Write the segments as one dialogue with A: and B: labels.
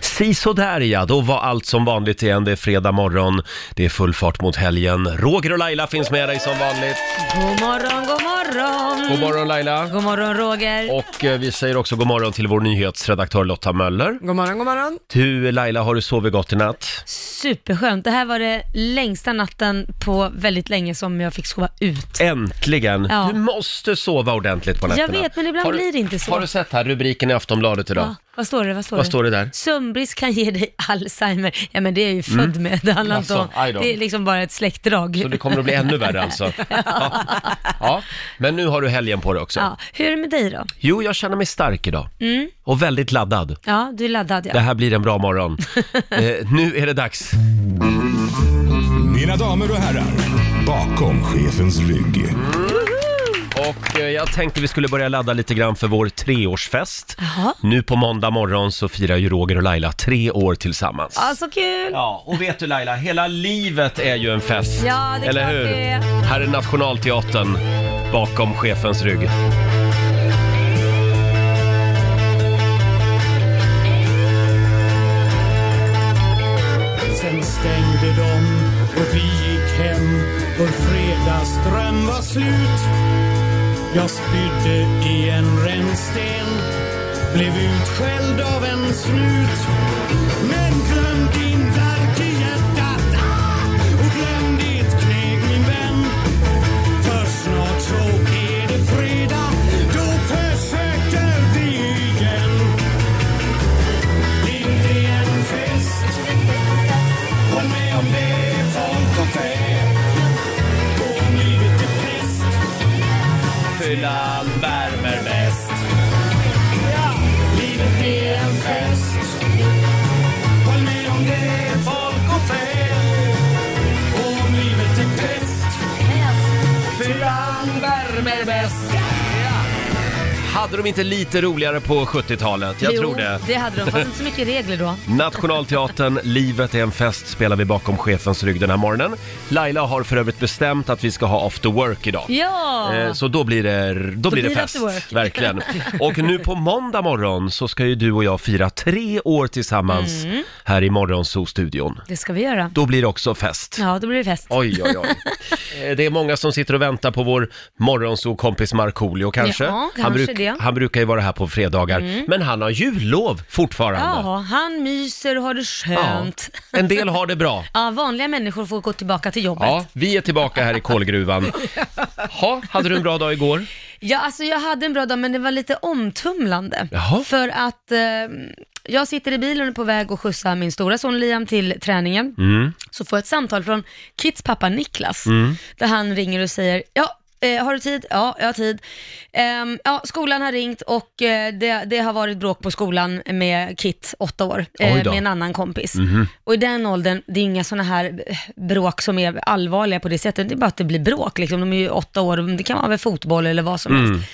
A: Si sådär ja, då var allt som vanligt igen. Det är fredag morgon, det är full fart mot helgen. Roger och Laila finns med dig som vanligt.
B: God morgon, god morgon!
A: God morgon Laila!
B: God morgon Roger!
A: Och eh, vi säger också god morgon till vår nyhetsredaktör Lotta Möller.
C: God morgon, god morgon.
A: Du Laila, har du sovit gott i natt?
B: Superskönt. Det här var det längsta natten på väldigt länge som jag fick sova ut.
A: Äntligen!
B: Ja.
A: Du måste sova ordentligt på nätterna.
B: vet, men ibland
A: Har du-
B: blir det inte så.
A: Har du sett här rubriken i Aftonbladet idag?
B: Ja, vad står det? Vad står
A: Vad
B: det?
A: står det där? Mm.
B: Sömnbrist kan ge dig Alzheimer. Ja, men det är jag ju född med. Det handlar inte om...
A: Alltså, aj då.
B: Det är liksom bara ett släktdrag.
A: Så det kommer att bli ännu värre alltså. Ja. ja, men nu har du helgen på dig också.
B: Ja. Mm. Hur är det med dig då?
A: Jo, jag känner mig stark idag. Och väldigt laddad.
B: Ja, du är laddad
A: Det
B: ja.
A: här blir en bra morgon. eh, nu är det dags.
D: Mina damer och herrar, bakom chefens rygg.
A: Och eh, jag tänkte vi skulle börja ladda lite grann för vår treårsfest.
B: Jaha.
A: Nu på måndag morgon så firar ju Roger och Laila tre år tillsammans.
B: Ja, så kul!
A: Ja, och vet du Laila, hela livet är ju en fest.
B: Ja, det är
A: Eller
B: klart
A: hur?
B: det är.
A: Här är Nationalteatern bakom chefens rygg.
E: Sen stängde de och vi gick hem Vår fredagsdröm var slut Jag spydde i en rännsten Blev utskälld av en snut Men glöm din värk i hjärtat ah! Och glöm ditt kneg min vän För snart så är det fredag Då försöker vi igen Inte en fest Håll med om det, folk och fä Gå om livet är pest
A: Fyllan värmer bäst.
E: Ja, livet är en fest Håll med om det, folk och fä Gå om livet är pest Fyllan värmer bäst
A: Hade de inte lite roligare på 70-talet? Jag tror det.
B: Det hade de, fast inte så mycket regler då.
A: Nationalteatern, Livet är en fest spelar vi bakom chefens rygg den här morgonen. Laila har för övrigt bestämt att vi ska ha after work idag.
B: Ja!
A: Eh, Så då blir det, då blir det
B: blir det
A: fest,
B: after work.
A: verkligen. Och nu på måndag morgon så ska ju du och jag fira tre år tillsammans
B: Mm.
A: här i Morgonzoo-studion.
B: Det ska vi göra.
A: Då blir det också fest.
B: Ja, då blir det fest.
A: Oj, oj, oj. Eh, Det är många som sitter och väntar på vår morgonsokompis Markoolio kanske.
B: Ja,
A: han,
B: kanske det. Mm.
A: han brukar ju vara här på fredagar, men han har jullov fortfarande.
B: Ja, han myser och har det skönt.
A: Ja. En del har det bra.
B: Ja, vanliga människor får gå tillbaka till jobbet.
A: Ja,
B: Ja.
A: vi är tillbaka här i kolgruvan. Ha, hade du en bra dag igår?
B: alltså jag hade en bra dag, men det var lite omtumlande.
A: Jaha.
B: För att eh, jag sitter i bilen och är på väg och skjutsa min stora son Liam till träningen. Så får jag ett samtal från Kits pappa Niklas,
A: Mm.
B: där han ringer och säger, ja, Eh, har du tid? Ja, jag har tid. Ehm, ja, skolan har ringt och eh, det, det har varit bråk på skolan med Kit, åtta år, eh,
A: Oj då. Mhm.
B: med en annan kompis. Och i den åldern, det är inga sådana här eh, bråk som är allvarliga på det sättet, det är bara att det blir bråk liksom. De är ju åtta år, det kan vara med fotboll eller vad som
A: Mm.
B: helst.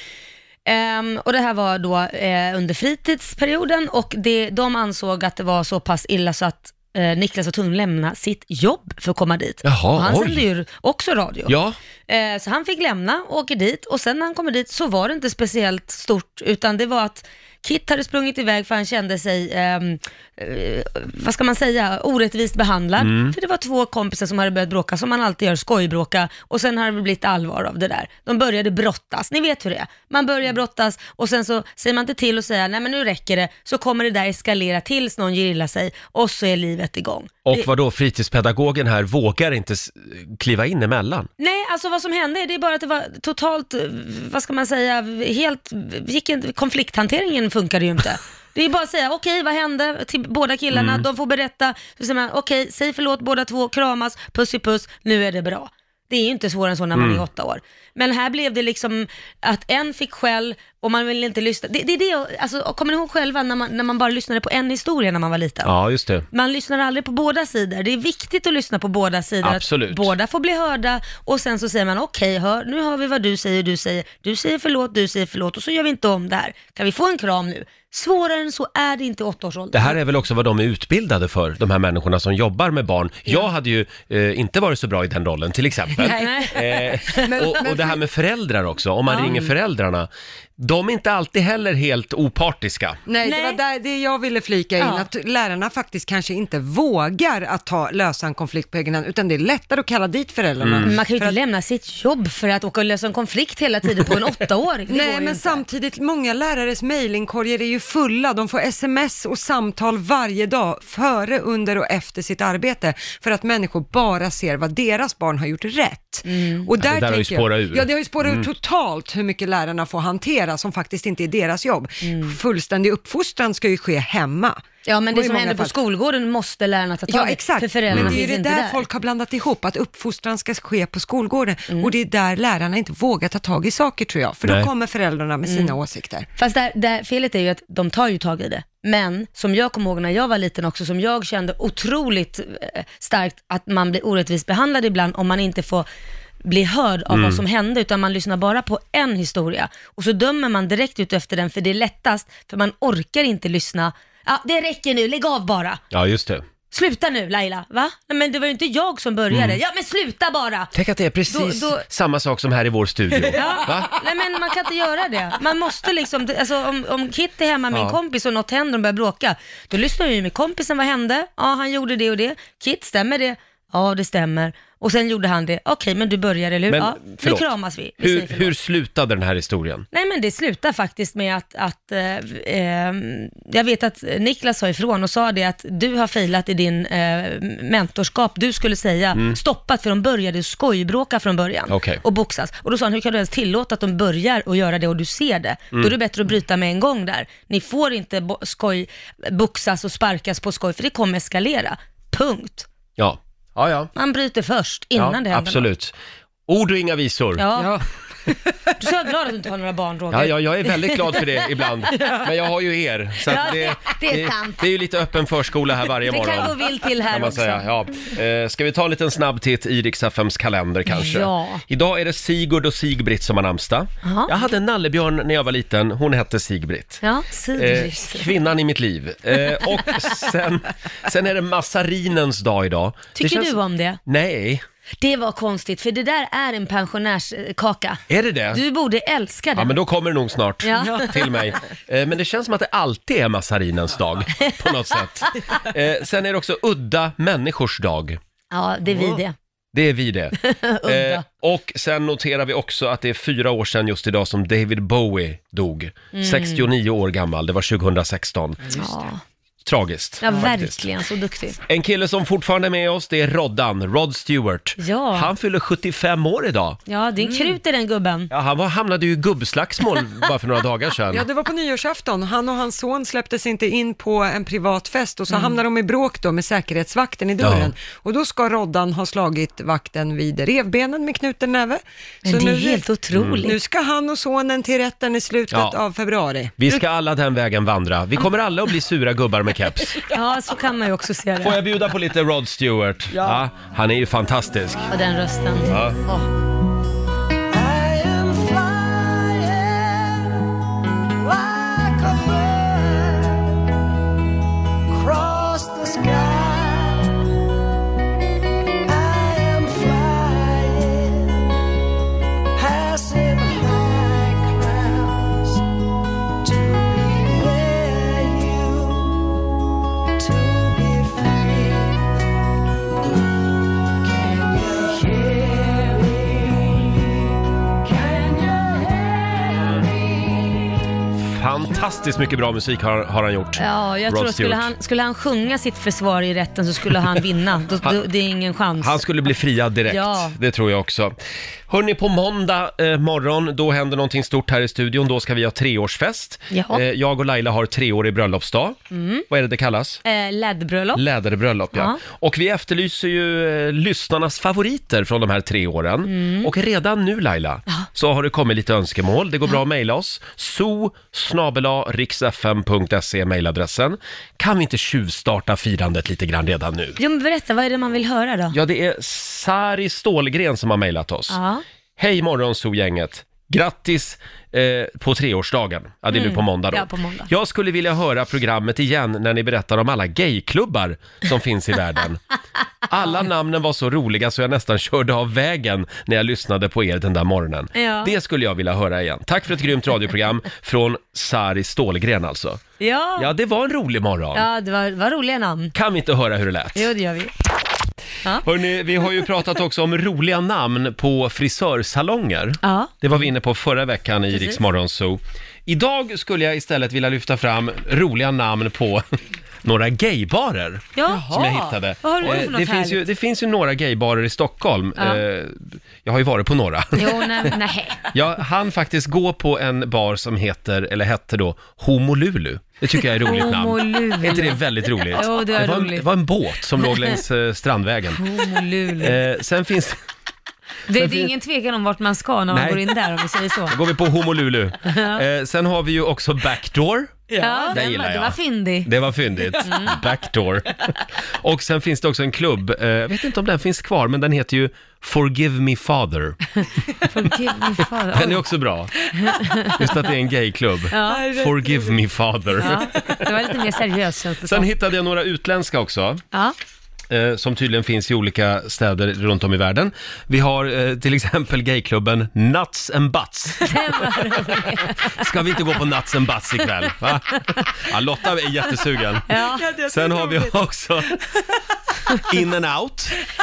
B: Ehm, och det här var då eh, under fritidsperioden och det, de ansåg att det var så pass illa så att eh, Niklas var tvungen att lämna sitt jobb för att komma dit.
A: Jaha,
B: och han
A: oj.
B: sände ju också radio.
A: Ja.
B: Eh, så han fick lämna och åker dit och sen när han kommer dit så var det inte speciellt stort utan det var att Kit hade sprungit iväg för han kände sig, ehm, eh, vad ska man säga, orättvist behandlad. För det var två kompisar som hade börjat bråka, som man alltid gör, skojbråka och sen har det blivit allvar av det där. De började brottas, ni vet hur det är. Man börjar brottas och sen så säger man inte till och säger nej men nu räcker det, så kommer det där eskalera tills någon ger illa sig och så är livet igång.
A: Och
B: Det-
A: vad då fritidspedagogen här vågar inte s- kliva in emellan?
B: Nej, alltså vad som hände, det är bara att det var totalt, eh, vad ska man säga, helt, gick inte, konflikthanteringen funkade ju inte. Det är bara att säga, okej vad hände till båda killarna, de får berätta, så säger man, okej, säg förlåt båda två, kramas, puss i puss, nu är det bra. Det är ju inte svårare än så när man är åtta år. Men här blev det liksom att en fick skäll och man ville inte lyssna. Det, det är det, alltså, kommer ni ihåg själva när man, när man bara lyssnade på en historia när man var liten?
A: Ja, just det.
B: Man lyssnar aldrig på båda sidor. Det är viktigt att lyssna på båda sidor.
A: Absolut.
B: Att båda får bli hörda och sen så säger man okej, hör, nu hör vi vad du säger, du säger, du säger förlåt, du säger förlåt och så gör vi inte om det här. Kan vi få en kram nu? Svårare än så är det inte i
A: Det
B: åttaårsåldern.
A: här är väl också vad de är utbildade för, de här människorna som jobbar med barn. Jag hade ju eh, inte varit så bra i den rollen, till exempel.
B: Nej.
A: Eh,
C: Men-
A: och, och det här med föräldrar också, om man ringer föräldrarna. De är inte alltid heller helt opartiska.
C: Nej,
B: Nej.
C: det var där det jag ville flika in,
B: Ja.
C: att lärarna faktiskt kanske inte vågar att ta, lösa en konflikt på egen hand, utan det är lättare att kalla dit föräldrarna.
A: Mm.
B: Mm. Man kan ju inte lämna sitt jobb för att åka och lösa en konflikt hela tiden på en åttaåring. Det går
C: Nej,
B: ju
C: men
B: inte.
C: samtidigt, många lärares mejlingkorgar är ju fulla. De får sms och samtal varje dag, före, under och efter sitt arbete, för att människor bara ser vad deras barn har gjort rätt.
B: Mm.
C: Och där
A: det där har ju
C: tänker jag-
A: spårat ur. Mm.
C: Ja, det har ju spårat ur totalt hur mycket lärarna får hantera, som faktiskt inte är deras jobb. Fullständig uppfostran ska ju ske hemma.
B: Mm. Ja, men det
C: Och i
B: som
C: många
B: händer på
C: fall.
B: skolgården måste lärarna ta tag
C: Ja,
B: i,
C: exakt.
B: för föräldrarna
C: Men det är ju
B: finns
C: det
B: inte
C: där,
B: där.
C: folk har blandat ihop, att uppfostran ska ske på skolgården.
B: Mm.
C: Och det är där lärarna inte vågar ta tag i saker, tror jag. För
A: Nej.
C: då kommer föräldrarna med
B: Mm.
C: sina åsikter.
B: Fast där, där, felet är ju att de tar ju tag i det. Men som jag kommer ihåg när jag var liten också, som jag kände otroligt eh, starkt att man blir orättvist behandlad ibland om man inte får bli hörd av vad som hände, utan man lyssnar bara på en historia. Och så dömer man direkt ut efter den, för det är lättast, för man orkar inte lyssna. Ja, det räcker nu, lägg av bara.
A: Ja, just det.
B: Sluta nu Laila, va? Nej, men det var ju inte jag som började. Ja, men sluta bara!
A: Tänk att det är precis
B: Då- då-
A: samma sak som här i vår studio. Va?
B: Nej men man kan inte göra det. Man måste liksom, alltså om, om Kitty är hemma med en
A: Ja.
B: kompis och något händer och de börjar bråka, då lyssnar jag ju med kompisen, vad hände? Ja, han gjorde det och det. Kit, stämmer det? Ja, det stämmer. Och sen gjorde han det. Okej, men du börjar, eller hur?
A: Men,
B: ja, nu
A: förlåt.
B: kramas vi. vi
A: Hur,
B: säger
A: hur slutade den här historien?
B: Nej men det slutar faktiskt med att, att eh, eh, jag vet att Niklas sa ifrån och sa det att du har failat i din eh, mentorskap, du skulle säga stoppat för de började skojbråka från början
A: Mm. Okej.
B: och boxas. Och då sa han, hur kan du ens tillåta att de börjar och göra det och du ser det? Då
A: Mm.
B: är det bättre att bryta med en gång där. Ni får inte bo- skoj, boxas och sparkas på skoj för det kommer eskalera. Punkt.
A: Ja, ja, ja.
B: Man bryter först innan
A: ja
B: det händer något.
A: absolut. Ord och inga visor.
B: Ja.
C: Ja.
B: Du är så glad att du inte har några barn Roger.
A: Ja, ja, jag är väldigt glad för det ibland. Men jag har ju er. Så
B: Ja,
A: att det,
B: det är sant.
A: Det, är ju lite öppen förskola här varje
B: Det
A: morgon.
B: kan gå vilt till här
A: kan man
B: också.
A: säga. Ja. Eh, ska vi ta en liten snabb titt i Riks-FMs kalender kanske?
B: Ja.
A: Idag är det Sigurd och Sigbritt som har namnsdag.
B: Jaha.
A: Jag hade en nallebjörn när jag var liten, hon hette Sigbritt.
B: Ja,
A: Eh,
B: Sirius.
A: kvinnan i mitt liv. Eh, och sen, sen är det massarinens dag idag. Det
B: Tycker
A: känns-
B: du om det?
A: Nej,
B: Det var konstigt, för det där är en pensionärskaka.
A: är det det?
B: Du borde älska den.
A: Ja, men då kommer det nog snart
B: Ja.
A: till mig. Eh, Men det känns som att det alltid är massarinens dag på något sätt. Eh, Sen är det också udda människors dag.
B: Ja, det är vi det.
A: Det är vi det. Eh, och sen noterar vi också att det är fyra år sedan just idag som David Bowie dog. 69 år gammal, det var 2016.
B: Mm. Ja,
A: Tragiskt.
B: ja
A: faktiskt.
B: verkligen så duktig.
A: En kille som fortfarande är med oss, det är Roddan, Rod Stewart.
B: Ja.
A: Han fyller 75 år idag.
B: Ja, det är en krut i den gubben.
A: Mm. Ja, han var, hamnade ju i gubbslagsmål bara för några dagar sedan.
C: Ja, det var på nyårsafton. Han och hans son släpptes inte in på en privat fest
B: Mm.
C: och så hamnade de i bråk då med säkerhetsvakten i dörren. Och då ska Roddan ha slagit vakten vid revbenen med knuten näve.
B: Men det är helt otroligt.
A: Mm.
C: Nu ska han och sonen till rätten i slutet
A: Ja.
C: av februari.
A: Vi ska alla den vägen vandra. Vi kommer alla att bli sura gubbar med keps.
B: Ja, så kan man ju också se
A: Får
B: det.
A: jag bjuda på lite Rod Stewart? Ja. han är ju fantastisk.
B: Och den rösten.
A: Ja.
B: Åh.
A: Fantastiskt mycket bra musik har, har han gjort.
B: Ja, jag
A: Rod
B: tror att skulle
A: Stewart.
B: han, skulle han sjunga sitt försvar i rätten så skulle han vinna. Då, då, det är ingen chans.
A: Han skulle bli friad direkt,
B: Ja.
A: det tror jag också. Hörni, på måndag eh, morgon, då händer någonting stort här i studion. Då ska vi ha treårsfest. Eh,
B: Jaha. Mm.
A: jag och Laila har treårig bröllopsdag. Vad är det det kallas?
B: Eh, LED-bröllop.
A: Läderbröllop, ja.
B: Ja.
A: Och vi efterlyser ju eh, lyssnarnas favoriter från de här tre åren. Och redan nu Laila, så har det kommit lite önskemål. Det går bra att mejla oss. so riksfm.se är mejladressen. Kan vi inte tjuvstarta firandet lite grann redan nu?
B: Jo, men berätta, vad är det man vill höra då?
A: Ja, det är Sari Stålgren som har mejlat oss.
B: Ja.
A: Hej morgonzoo-gänget. Grattis eh, på treårsdagen. Ja, det är nu på måndag då.
B: Mm. ja, på måndag.
A: Jag skulle vilja höra programmet igen när ni berättar om alla gayklubbar som finns i världen. Alla namnen var så roliga så jag nästan körde av vägen när jag lyssnade på er den där morgonen.
B: Ja.
A: Det skulle jag vilja höra igen. Tack för ett grymt radioprogram från Sari Stålgren alltså.
B: Ja, ja.
A: Ja, det var en rolig morgon.
B: det var, var roliga namn.
A: Kan vi inte höra hur det lät?
B: Jo, det gör vi.
A: Hörrni, vi har ju pratat också om roliga namn på frisörsalonger.
B: Ja.
A: Det var vi inne på förra veckan i
B: Precis.
A: Rix Morgonzoo. Idag skulle jag istället vilja lyfta fram roliga namn på några gaybarer
B: ja.
A: som jag hittade.
B: Vad har du gjort
A: Eh,
B: för något
A: det, finns
B: härligt?
A: ju, det finns ju några gaybarer i Stockholm.
B: Ja.
A: Eh, Jag har ju varit på några.
B: Jo, nej, nej.
A: Jag hann faktiskt gå på en bar som heter, eller hette då, Homolulu. Det tycker jag är ett roligt namn.
B: Homolulu.
A: Är inte det väldigt roligt?
B: Jo, det var
A: var, en,
B: roligt.
A: det var en båt som låg längs eh, strandvägen.
B: Homolulu.
A: Eh, sen finns
B: Det, det är ingen tvekan om vart man ska när man
A: Nej.
B: går in där om vi säger så.
A: går vi på Homolulu. Eh, sen har vi ju också Backdoor.
B: Ja,
A: det
B: den
A: gillar
B: var, det
A: jag.
B: var fyndig.
A: Det var fyndigt. Backdoor. Och sen finns det också en klubb, eh, jag vet inte om den finns kvar, men den heter ju Forgive Me Father.
B: Forgive me father.
A: Den är också bra. Just att det är en gayklubb. Forgive Me Father.
B: Ja, det var lite mer seriöst känns det
A: Sen
B: som.
A: hittade jag några utländska också,
B: Ja.
A: eh, som tydligen finns i olika städer runt om i världen. Vi har eh, till exempel gayklubben Nuts and Butts.
B: Den var rolig.
A: Ska vi inte gå på Nuts and Butts ikväll? Va? Ja, Lotta är jättesugen.
B: Ja.
A: Sen har vi också In and Out,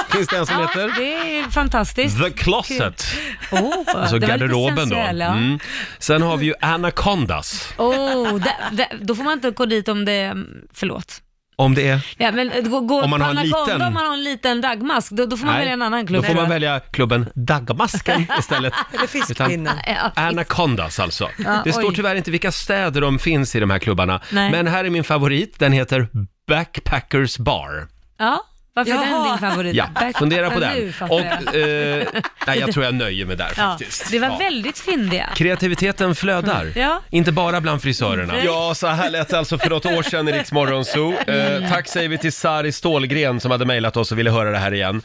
A: finns det en som heter.
B: ja, det är ju fantastiskt.
A: The Closet,
B: Oh,
A: alltså
B: det var lite
A: garderoben då.
B: sensuell, Ja.
A: Mm. Sen har vi ju Anacondas,
B: Oh, där, där, då får man inte gå dit om det, förlåt.
A: om det är...
B: Ja, men, eh, gå, gå,
A: Om man
B: på
A: har en
B: Anaconda,
A: liten-
B: Om man har en liten dagmask, då, då får man välja en annan klubb.
A: Då får man
B: tror jag.
A: välja klubben Dagmasken istället.
C: Eller
A: Utan-
C: fiskkvinnan.
B: Ja,
A: Anacondas alltså.
B: Ja,
A: det står
B: oj.
A: tyvärr inte vilka städer de finns i de här klubbarna.
B: Nej.
A: Men här är min favorit, den heter Backpackers bar.
B: ja, varför är den
C: Jaha.
B: din favorit?
A: Ja,
B: Back-
A: fundera på
B: Ja,
A: den.
B: Nu fattar
A: Och,
B: jag.
A: eh, nej, jag tror jag nöjer mig där
B: Ja,
A: faktiskt.
B: det var
A: Ja.
B: väldigt fyndiga.
A: Kreativiteten flödar.
B: Ja.
A: Inte bara bland frisörerna. Ja, så här lät det alltså för något år sedan i Rix Morgonzoo.
B: Mm.
A: Eh, tack säger vi till Sari Stålgren som hade mejlat oss och ville höra det här igen.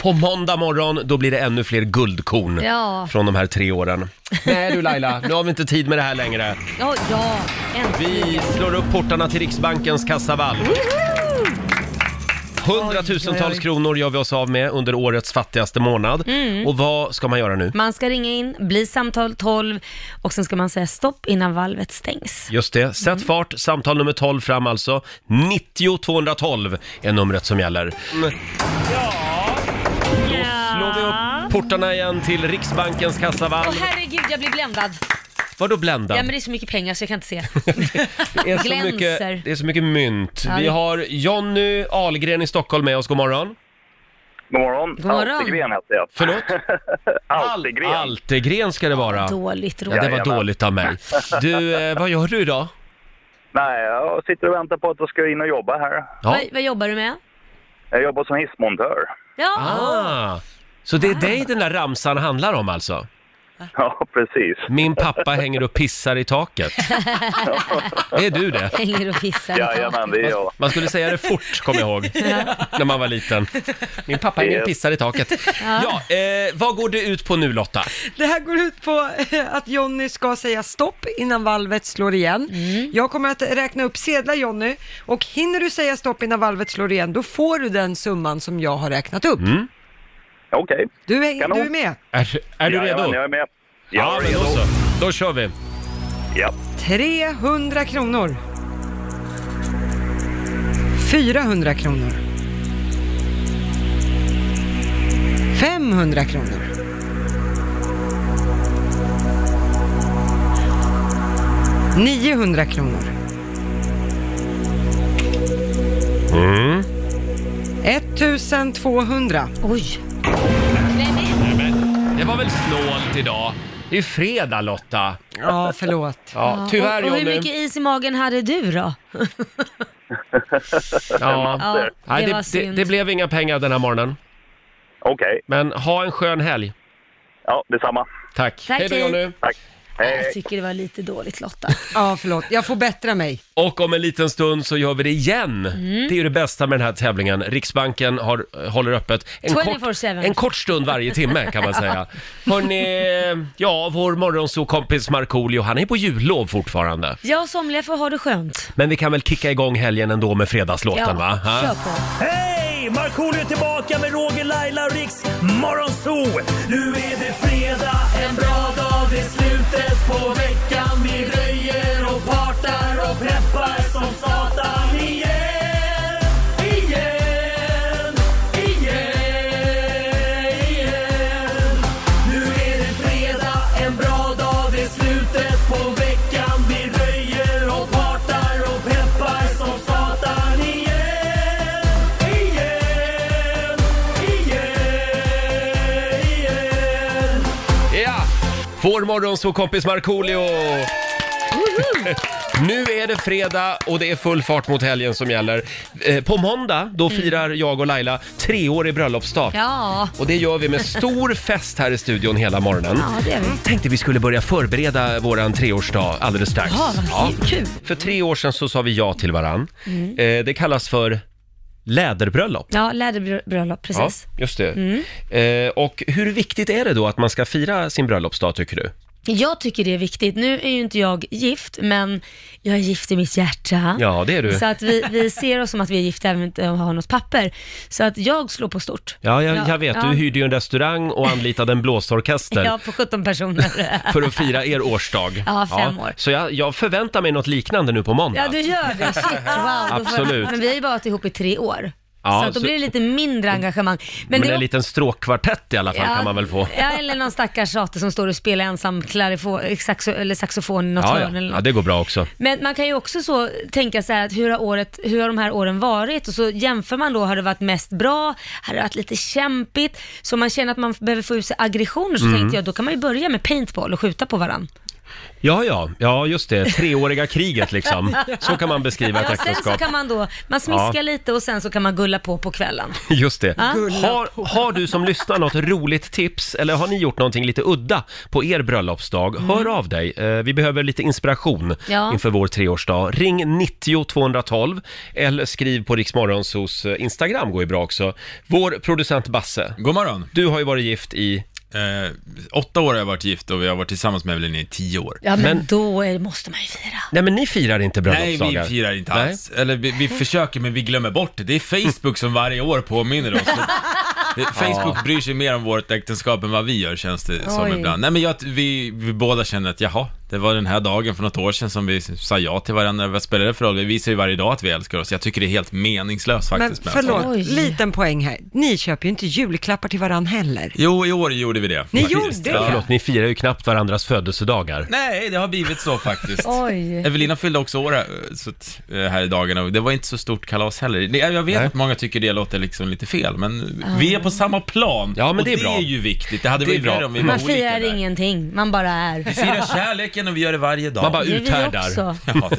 A: På måndag morgon, då blir det ännu fler guldkorn
B: Ja.
A: från de här tre åren. Nej du Laila, nu har vi inte tid med det här längre.
B: Ja, ja, äntligen.
A: Vi slår upp portarna till Riksbankens kassavalv. Hundratusentals kronor gör vi oss av med under årets fattigaste månad.
B: Mm.
A: Och vad ska man göra nu?
B: Man ska ringa in, bli samtal 12 och sen ska man säga stopp innan valvet stängs.
A: Just det, sätt
B: Mm.
A: fart, samtal nummer 12 fram alltså. 90 212 är numret som gäller. Ja, då slår vi
B: Ah.
A: upp portarna igen till Riksbankens kassavalv.
B: Åh herregud, jag blir bländad.
A: Vadå bländad?
B: Ja men det är så mycket pengar så jag kan inte se.
A: det, är så
B: glänser.
A: mycket, det är så mycket mynt.
B: Ja,
A: Vi
B: det-
A: har Jonny Ahlgren i Stockholm med oss, god morgon.
F: God morgon.
B: God morgon.
F: Altegren heter jag.
A: Förlåt?
F: Altegren.
A: Altegren ska det vara.
B: Dåligt
A: Ja,
B: roligt.
A: det var
F: Jajamän.
A: dåligt av mig. Du, eh, vad gör du idag?
F: Nej, jag sitter och väntar på att jag ska in och jobba här.
A: Ja.
B: Vad, vad jobbar du med?
F: Jag jobbar som hissmontör.
B: Ja,
A: Ah, så det är dig den där ramsan handlar om alltså?
F: Ja, precis.
A: Min pappa hänger och pissar i taket. Är du det?
B: hänger och pissar.
F: Jajamän, det är jag.
A: Man skulle säga det fort, kommer jag ihåg, när man var liten. Min pappa hänger och pissar i taket. Ja, eh, vad går det ut på nu Lotta?
C: Det här går ut på eh, att Jonny ska säga stopp innan valvet slår igen. Jag kommer att räkna upp sedlar Jonny och hinner du säga stopp innan valvet slår igen då får du den summan som jag har räknat upp.
F: Okej.
C: Du, är,
F: Kanon.
C: du är med.
A: Är, är du
F: Jajamän,
A: redo?
F: Jag är med. Jag
A: Ja,
F: är
A: men
F: redo.
A: då så. Då kör vi.
F: Ja.
C: 300 kronor. 400 kronor. 500 kronor. 900 kronor.
A: Mm.
C: 1200.
B: Oj,
A: Det var väl snålt idag? Det är fredag Lotta.
C: Ja, förlåt.
A: Ja, tyvärr
B: och, och hur
A: Johnny.
B: mycket is i magen hade du då?
A: Ja.
B: Ja,
A: Nej,
B: det var
A: det, det,
B: synd.
A: det blev inga pengar den här morgonen.
F: Okej.
A: Men ha en skön helg.
F: Ja, detsamma. Eh,
A: Tack.
B: Tack,
A: Hej då
B: hej.
A: Johnny.
F: Tack.
B: Jag tycker det var lite dåligt Lotta.
C: Ja, förlåt. Jag får bättra mig.
A: Och om en liten stund så gör vi det igen.
B: Mm.
A: Det är ju det bästa med den här tävlingen. Riksbanken har, håller öppet en kort,
B: 24/7.
A: en kort stund varje timme kan man säga. Hörrni, ja, vår morgonsokompis Markoolio, han är på jullov fortfarande.
B: Jag och somliga får ha det skönt.
A: Men vi kan väl kicka igång helgen ändå med fredagslåten va? Ja.
B: kör på.
E: Hej! Markoolio är tillbaka med Roger, Laila och Riks Morgonzoo! Nu är det fredag, en bra dag, det är slutet på veckan. Vi röjer och partar och peppar som satan. Igen, igen, igen, igen. Nu är det fredag, en bra dag, det är slutet på veckan. Vi röjer och partar och peppar som satan. Igen, igen, igen, igen.
A: Ja! Vår morgonsokompis Markoolio! Nu är det fredag och det är full fart mot helgen som gäller. Eh, På måndag, då firar jag och Laila treårig bröllopsdag.
B: Mm. Ja,
A: Och det gör vi med stor fest här i studion hela morgonen.
B: ja det är vi.
A: Tänkte vi skulle börja förbereda våran treårsdag alldeles strax.
B: Ja, vad kul. Mm.
A: För tre år sedan så sa vi ja till varann. Eh, det kallas för läderbröllop.
B: Ja, läderbröllop, precis. Mm.
A: Ja, just det. Eh, och hur viktigt är det då att man ska fira sin bröllopsdag tycker du?
B: Jag tycker det är viktigt. Nu är ju inte jag gift, men jag är gift i mitt hjärta.
A: Ja, det är du.
B: Så att vi, vi ser oss som att vi är gifta även om vi inte har något papper. Så att jag slår på stort.
A: Ja, jag,
B: Ja,
A: jag vet.
B: ja.
A: Du hyrde ju en restaurang och anlitade en blåsorkester
B: Ja, på 17 personer.
A: för att fira er årsdag.
B: Ja, fem år.
A: Så jag, jag förväntar mig något liknande nu på måndag.
B: Ja, du gör det. Shit, wow. Då får jag-
A: Absolut.
B: Men vi har ju bara varit ihop i tre år.
A: Ja,
B: så att då
A: så-
B: blir det lite mindre engagemang.
A: Men,
B: det är
A: en liten stråkkvartett i alla fall kan man väl få.
B: Ja, eller någon stackars sate som står och spelar ensam klarifo- saxo, eller saxofon i något
A: Ja,
B: hörn
A: ja.
B: eller
A: ja,
B: något.
A: det går bra också.
B: Men man kan ju också så tänka så här att hur har, året, hur har de här åren varit? Och så jämför man då, har det varit mest bra? Har det varit lite kämpigt? Så om man känner att man behöver få ut sig aggressioner så tänkte jag, då kan man ju börja med paintball och skjuta på varandra.
A: Ja, ja, ja just det. Treåriga kriget liksom. Så kan man beskriva ett
B: Ja, sen så
A: äktenskap.
B: kan man då, man smiskar
A: Ja.
B: lite och sen så kan man gulla på på kvällen.
A: Just det.
B: Ja.
A: Har, har du som lyssnar något roligt tips eller har ni gjort någonting lite udda på er bröllopsdag? Hör av dig. Eh, Vi behöver lite inspiration
B: Mm. Ja.
A: inför vår treårsdag. Ring 90 212 eller skriv på Riksmorgonsos eh, Instagram går ju bra också. Vår producent Basse,
G: God morgon.
A: du har ju varit gift i...
G: Eh, åtta år har jag varit gift och vi har varit tillsammans med Evelyn i tio år.
B: Ja, men,
A: Men-
B: då är, måste man ju fira.
A: Nej men ni firar inte
G: Nej,
A: bröllopsdagar?
G: vi firar inte alls. Eller vi, vi försöker, men vi glömmer bort det. Det är Facebook som varje år påminner oss. Det- Facebook bryr sig mer om vårt äktenskap än vad vi gör, känns det som
B: Oj.
G: ibland. Nej, men jag, vi, vi båda känner att jaha, det var den här dagen för något år sedan som vi sa ja till varandra. Vad spelar det för roll? Vi visar ju varje dag att vi älskar oss. Jag tycker det är helt meningslöst
C: Men
G: faktiskt. med allt sånt.
C: förlåt,
B: Oj.
C: liten poäng här. Ni köper ju inte julklappar till varann heller.
G: Jo, i år gjorde vi det.
C: Ni
G: faktiskt.
C: gjorde
A: Nej.
G: Ja.
A: Förlåt, ni firar ju knappt varandras födelsedagar.
G: Nej, det har blivit så faktiskt.
B: Oj.
G: Evelina fyllde också år här, så att, eh, här i dagarna och det var inte så stort kalas heller. Det- eh, Jag vet
A: Nej.
G: att många tycker det låter liksom lite fel, men vi är på samma plan.
A: Ja, men
G: och
A: det är bra.
G: ju viktigt. Det hade
A: Det är
G: varit bra
A: bra.
G: om vi var
B: Man
G: olika
B: firar
G: där.
B: ingenting, man bara är.
G: Vi firar kärleken och vi gör det varje dag.
A: Man bara
B: Det är vi
A: uthärdar.
B: också.
G: Ja,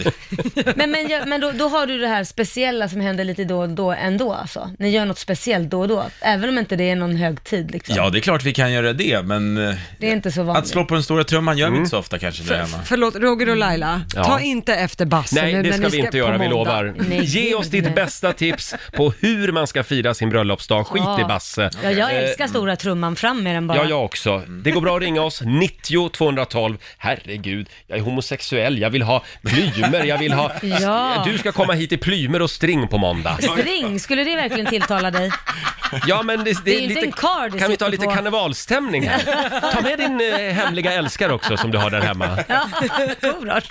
G: det,
B: Men, men, jag- men då, då har du det här speciella som händer lite då och då ändå alltså. Ni gör något speciellt då och då, även om inte det är någon högtid liksom.
G: ja, det är klart vi kan göra det, men eh,
B: Det är inte så vanligt.
G: att slå på den stora trumman gör vi
A: Mm.
G: inte så ofta kanske där hemma.
C: Förlåt, Roger och Laila,
A: Ja.
C: ta inte efter Basse nu
A: Nej, det
C: när
A: ska
C: ni
A: vi inte
C: på
A: göra, vi
C: måndag.
A: lovar.
B: Nej,
A: Ge
B: gud,
A: oss ditt
B: nej.
A: bästa tips på hur man ska fira sin bröllopsdag. Skit
B: Ja.
A: i Basse.
B: Ja, jag
A: Eh,
B: älskar stora trumman, fram med den bara.
A: Ja, jag också.
B: Mm.
A: Det går bra att ringa oss, 90 212. Herregud, jag är homosexuell, jag vill ha plymer, jag vill ha...
B: Ja.
A: Du ska komma hit i plymer och string på måndag.
B: String, skulle det verkligen tilltala dig?
A: Ja, men det,
B: Det är
A: är
B: inte
A: lite...
B: en karl du
A: Kan vi ta
B: sitter
A: lite
B: på.
A: karnevalstämning här? Ta med din eh, hemliga älskare också som du har där hemma.
B: Ja, Torvars.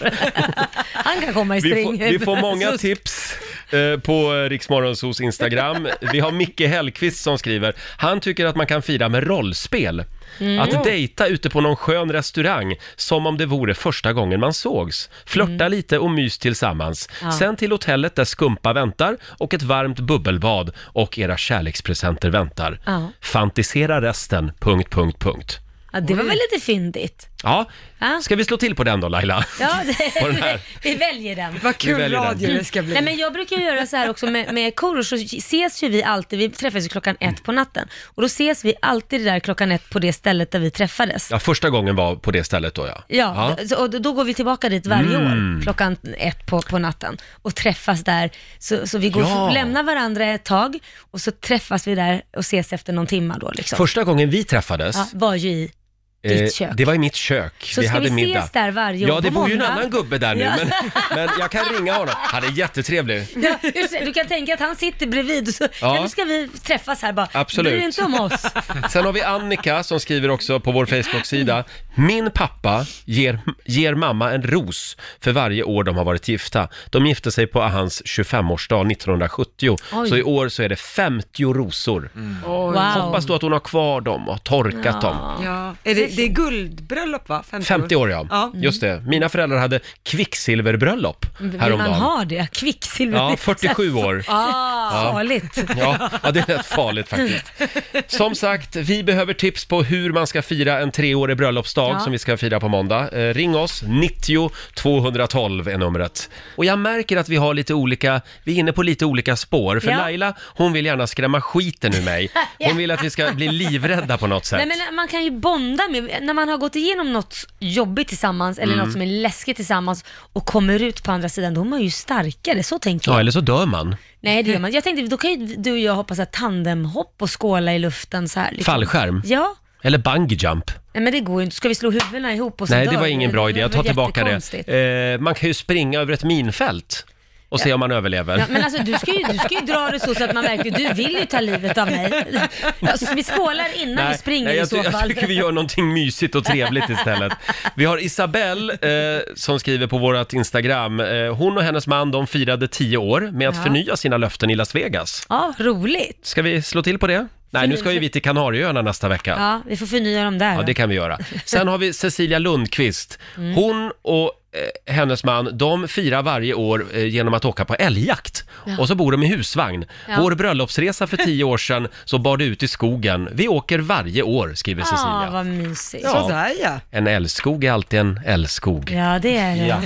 B: Han kan komma i
A: Vi
B: string.
A: får, vi får många tips eh, på Riksmorgonsos Instagram. Vi har Micke Hellqvist som skriver, han tycker att man kan fira med rollspel.
B: Mm.
A: Att dejta ute på någon skön restaurang som om det vore första gången man sågs. Flörta
B: Mm.
A: lite och mys tillsammans. Sen till hotellet där skumpa väntar och ett varmt bubbelbad och era kärlekspresenter väntar.
B: Ja.
A: Fantisera resten, punkt, punkt, punkt.
B: Ja, det var väl lite fyndigt?
A: Ja,
B: Ja.
A: ska vi slå till på den då Laila?
B: Ja,
A: På den
B: det,
A: här.
B: vi väljer den.
C: Vad
A: Vi
C: kul
A: väljer den.
C: radio det ska bli.
B: Nej, men jag brukar ju göra så här också med, med Korosh, så ses ju vi alltid, vi träffas ju klockan ett på natten. Och då ses vi alltid där klockan ett på det stället där vi träffades. Ja,
A: Ja, första gången var på det stället då ja. Mm.
B: så- och då- då går vi tillbaka dit varje år klockan ett på, på natten och träffas där. Så, så vi går,
A: Ja.
B: lämnar varandra ett tag och så träffas vi där och ses efter någon timma då liksom.
A: Första gången vi träffades, eh,
B: Ja, var ju i ditt kök.
A: det var i mitt kök.
B: Så
A: vi
B: ska
A: hade
B: vi
A: middag.
B: ses där varje
A: Ja,
B: år
A: det
B: på
A: bor ju en
B: måndag?
A: annan gubbe där nu,
B: Ja.
A: men, men jag kan ringa honom. Han är jättetrevlig.
B: Ja, just det. du kan tänka att han sitter bredvid och så,
A: Ja.
B: ja. nu ska vi träffas här bara.
A: Absolut.
B: Bryr dig inte om oss.
A: Sen har vi Annika som skriver också på vår Facebook-sida. Min pappa ger, ger mamma en ros för varje år de har varit gifta. De gifte sig på hans 25-årsdag 1970,
B: Oj. Mm.
A: så i år så är det 50 rosor.
B: Wow.
A: Hoppas då att hon har kvar dem och torkat dem.
C: Ja. Är det, det är guldbröllop va? 50,
A: 50 år ja.
C: Ja.
A: just det. Mina föräldrar hade kvicksilverbröllop
B: Mm. Vill
A: häromdagen.
B: man ha det? Kvicksilver?
A: Ja,
B: blir-
A: 47 år.
B: Ah, farligt.
A: Ja, ja, det är rätt farligt faktiskt. Som sagt, vi behöver tips på hur man ska fira en treårig bröllopsdag
B: Ja.
A: som vi ska fira på måndag. Eh, ring oss, 90 212 är numret. Och jag märker att vi har lite olika, vi är inne på lite olika spår. För
B: Ja.
A: Laila, hon vill gärna skrämma skiten ur mig. Hon vill att vi ska bli livrädda på något sätt.
B: Nej, men man kan ju bonda med, när man har gått igenom något jobbigt tillsammans eller
A: Mm.
B: något som är läskigt tillsammans och kommer ut på andra sidan, då är man ju starkare, så tänker jag.
A: Ja, eller så dör man.
B: Nej, det gör man Jag tänkte, då kan ju du och jag hoppa så här tandemhopp och skåla i luften så här. Liksom.
A: Fallskärm.
B: Ja,
A: Eller bungee jump.
B: Nej, men det går ju inte. Ska vi slå huvudena ihop och så
A: Nej, det
B: dör
A: var
B: vi?
A: ingen bra idé. Jag
B: Det
A: tar
B: var
A: tillbaka
B: jättekonstigt.
A: det. Eh, man kan ju springa över ett minfält och se om man överlever.
B: Ja, men alltså du ska, ju, du ska ju dra det så, så att man verkligen, du vill ju ta livet av mig. Alltså, vi skålar innan vi springer
A: nej, jag,
B: i så
A: ty- jag
B: fall.
A: tycker vi gör någonting mysigt och trevligt istället. Vi har Isabelle eh, som skriver på vårt Instagram. Eh, hon och hennes man de firade tio år med att
B: Ja.
A: förnya sina löften i Las Vegas.
B: Ja, roligt.
A: Ska vi slå till på det? Nej, nu ska ju vi till Kanarieöarna nästa vecka. Ja.
B: Ja, vi får förnya dem där.
A: det kan vi göra. Sen har vi Cecilia Lundqvist.
B: Mm.
A: Hon och eh, hennes man, de firar varje år eh, genom att åka på älgjakt. Och så bor de i husvagn.
B: Ja.
A: Vår bröllopsresa för tio år sedan så bar det ut i skogen. Vi åker varje år, skriver Cecilia.
B: Ja, Ah, vad mysigt.
A: Ja.
B: Ja,
C: Sådär ja.
A: En älskog är alltid en älskog.
B: det är det.
A: Ja.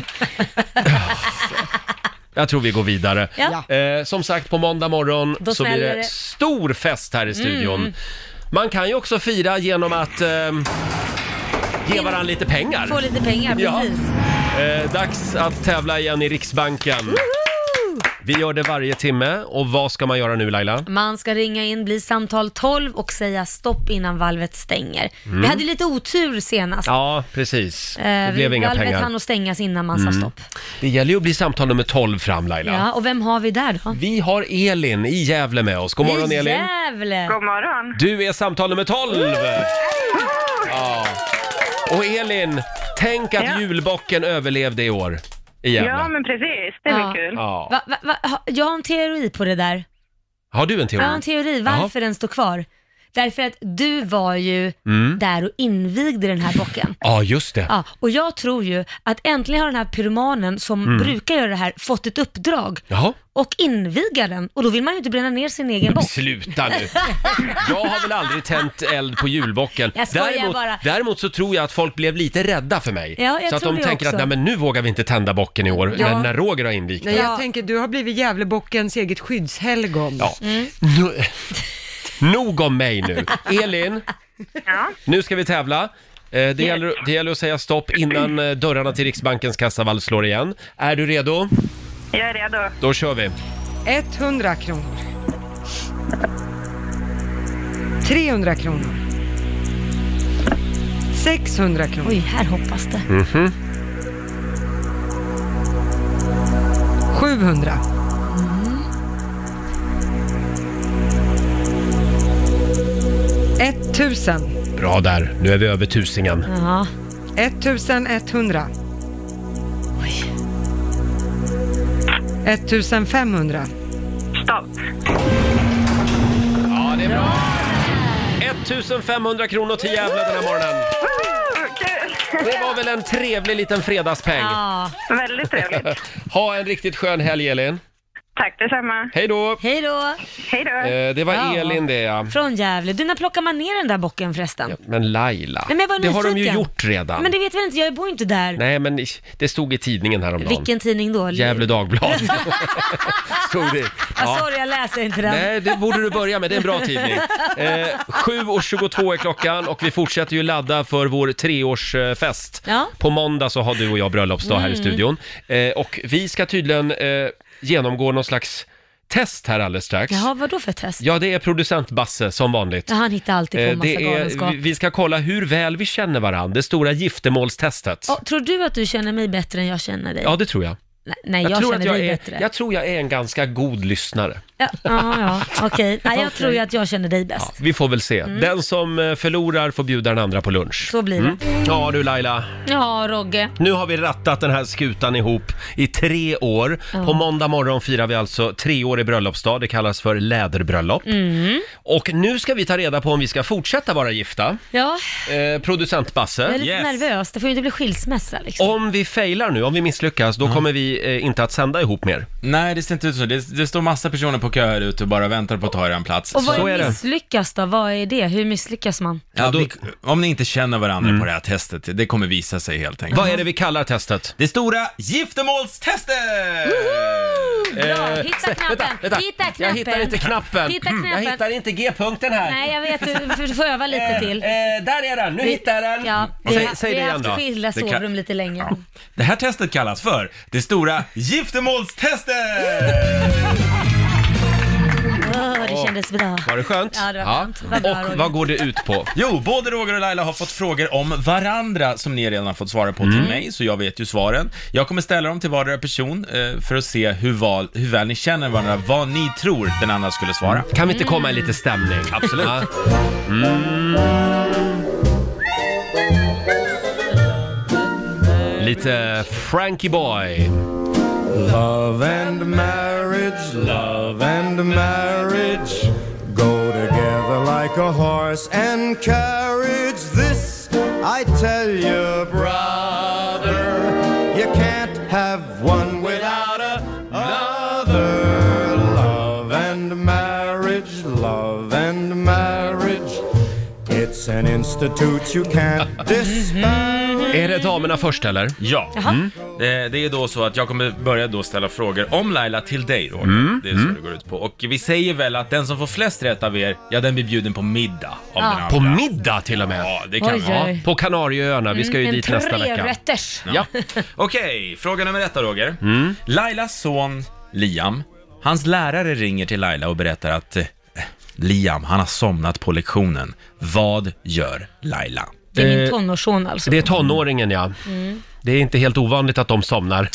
A: Jag tror vi går vidare.
B: Ja.
A: Eh, som sagt, på måndag morgon
B: Då
A: så blir
B: smäller
A: det
B: det. Mm.
A: stor fest här i studion. Man kan ju också fira genom att ehm, ge varandra lite pengar.
B: Få lite pengar,
A: Ja.
B: precis.
A: Eh, dags att tävla igen i Riksbanken. Vi gör det varje timme och vad ska man göra nu Laila?
B: Man ska ringa in, bli samtal 12 och säga stopp innan valvet stänger. Vi hade lite otur senast.
A: Mm. Ja, precis.
B: Eh,
A: Det blev inga
B: valvet
A: pengar. Mm.
B: hann att stängas innan man sa stopp.
A: Det gäller ju att bli samtal nummer 12 fram
B: Ja.
A: Laila.
B: och vem har vi där då?
A: Vi har Elin i Gävle med oss. God morgon
B: I
A: Elin!
B: Gävle!
H: God morgon.
A: Du är samtal nummer 12! Ja. Och Elin, tänk att
H: Ja.
A: julbocken överlevde i år. I Gävle.
H: Ja, men precis. Det är
B: Ja.
H: väl kul.
A: ja.
B: Va, va, va, ha- jag har en teori på det där.
A: Har du en teori?
B: Jag har en teori varför den står kvar. Därför att du var ju
A: Mm.
B: där och invigde den här bocken.
A: Ja, just det.
B: Ja, och jag tror ju att äntligen har den här pyromanen som
A: Mm.
B: brukar göra det här fått ett uppdrag
A: Jaha.
B: och inviga den och då vill man ju inte bränna ner sin egen bock.
A: Sluta nu! Jag har väl aldrig tänt eld på julbocken.
B: Jag skojar
A: Däremot,
B: bara.
A: däremot så tror jag att folk blev lite rädda för mig.
B: Ja, jag
A: så att
B: tror
A: de
B: det
A: tänker
B: också.
A: att nej, men nu vågar vi inte tända bocken i år
B: Ja.
A: när, när Roger har invigt
C: Nej,
A: den.
C: jag tänker du har blivit Gävlebockens eget skyddshelgon.
A: Ja. Nu- Nog om mig nu. Elin,
H: Ja.
A: nu ska vi tävla. Eh, Det gäller, det gäller att säga stopp innan eh, dörrarna till Riksbankens kassavalv slår igen. Är du redo?
H: Jag är redo.
A: Då kör vi.
C: 100 kronor. 300 kronor. 600 kronor.
A: Mm.
B: Oj, här hoppas det.
C: 700. Mm. 1000.
A: Bra där, nu är vi över tusingen.
H: Mm.
B: Ja.
C: 1100.
B: Oj.
C: 1500.
H: Stopp.
A: Ja, det är bra. 1500 kronor till Gävle den här morgonen.
H: Woo! Kul!
A: Det var väl en trevlig liten fredagspeng.
B: ja.
H: Väldigt trevligt.
A: Ha en riktigt skön helg, Elin.
H: Tack detsamma.
A: Hej då!
B: Hej då!
H: Hej då.
A: Eh, det var
B: Ja.
A: Elin det ja.
B: Från Gävle. Du, när plockar man ner den där bocken förresten?
A: Ja, Men Laila,
B: Nej, men jag var
A: det har de ju
B: nyfiken.
A: gjort redan.
B: Men det vet väl inte, jag bor ju inte där.
A: Nej, men det stod i tidningen häromdagen.
B: Vilken tidning då?
A: Gävle Dagblad. stod det.
B: Ah,
A: Ja.
B: sorry, jag läser inte den.
A: Nej, det borde du börja med. Det är en bra tidning. Eh, 7.22 är klockan och vi fortsätter ju ladda för vår treårsfest.
B: Ja. Mm.
A: På måndag så har du och jag bröllopsdag här i studion. Eh, och vi ska tydligen eh, genomgå någon slags test här alldeles strax.
B: Jaha, vad då för test?
A: Ja, det är producent Basse som vanligt.
B: Ja, han hittar alltid på
A: Eh,
B: en massa
A: det är,
B: galenskap.
A: vi- vi ska kolla hur väl vi känner varandra, det stora giftermålstestet.
B: Ja, tror du att du känner mig bättre än jag känner dig?
A: Ja, det tror jag.
B: Nej, Nej, jag,
A: tror
B: känner
A: jag,
B: dig
A: är,
B: bättre.
A: jag tror jag är en ganska god lyssnare.
B: Ja, ja, ja okej. Nej, jag tror ju att jag känner dig
A: Ja,
B: bäst.
A: vi får väl se. Den som eh, förlorar får bjuda den andra på lunch.
B: Mm. Så blir det.
A: Ja du Laila,
B: Ja, Rogge.
A: nu har vi rattat den här skutan ihop i tre år. På måndag morgon firar vi alltså treårig bröllopsdag. Det kallas för läderbröllop.
B: Mm.
A: Och nu ska vi ta reda på om vi ska fortsätta vara gifta.
B: Ja,
A: Eh, producent
B: jag är
A: Basse.
B: lite
G: Yes.
B: nervös. Det får ju inte bli skilsmässa liksom.
A: Om vi failar nu, om vi misslyckas, då kommer vi eh, inte att sända ihop mer.
G: Nej, det ser inte ut så. Det, det står massa personer på kö här ute och bara väntar på att ta er en plats.
B: Och vad
A: så är
B: är
A: det.
B: misslyckas då? Vad är det? Hur misslyckas man?
G: Ja,
A: då- Mm.
G: vi, om ni inte känner varandra på det här testet, det kommer visa sig helt enkelt.
A: Vad är det vi kallar testet?
G: Det stora giftermålstestet!
B: Bra,
A: Eh,
B: hitta knappen!
A: vänta, vänta.
B: Hitta knappen!
A: Jag hittar inte knappen.
B: Hitta
A: Mm, Jag
B: knappen.
A: hittar inte G-punkten här.
B: Nej, jag vet. Du får- du får öva lite till.
A: Eh, eh, där är den, nu hittar jag den.
B: Ja, vi,
A: säg,
B: har-
A: säg
B: vi
A: det
B: har
A: igen
B: haft
A: då.
B: skilda
G: Det kan-
B: sovrum lite länge.
G: Det här testet kallas för det stora giftermålstestet!
B: Åh, det kändes bra.
A: Var det skönt?
B: Ja, det var skönt. Vad bra,
A: Och
B: Roger.
A: vad går det ut på?
G: Jo, både Roger och Laila har fått frågor om varandra som ni redan har fått svara på till mig, så jag vet ju svaren. Jag kommer ställa dem till vardera person eh, för att se hur, val, hur väl ni känner varandra, vad ni tror den andra skulle svara.
A: Kan vi inte komma i lite stämning? Absolut. Mm. Lite Frankie Boy.
E: Love and marriage, love and marriage go together like a horse and carriage. This I tell you, brother, you can't have one without another. Love and marriage, love and marriage. It's an institute you can't disparage.
A: Är det damerna först eller?
G: Ja,
A: Mm,
G: Eh, det är då så att jag kommer börja då ställa frågor om Laila till dig Roger. Det är så det går ut på. Och vi säger väl att den som får flest rätt av er, ja den blir bjuden på middag av den andra.
A: På middag till och med.
G: Ja, det kan
B: Oj,
G: vi.
B: oj. Mm,
A: Ja, på Kanarieöarna. Vi ska ju
B: en
A: dit nästa vecka.
B: trerätters.
A: Ja.
G: Okej, fråga nummer ett då Roger. Lailas son Liam, hans lärare ringer till Laila och berättar att eh, Liam, han har somnat på lektionen. Vad gör Laila?
B: Det är
A: Eh,
B: min tonårsson alltså.
A: Det är tonåringen ja.
B: Mm.
A: Det är inte helt ovanligt att de somnar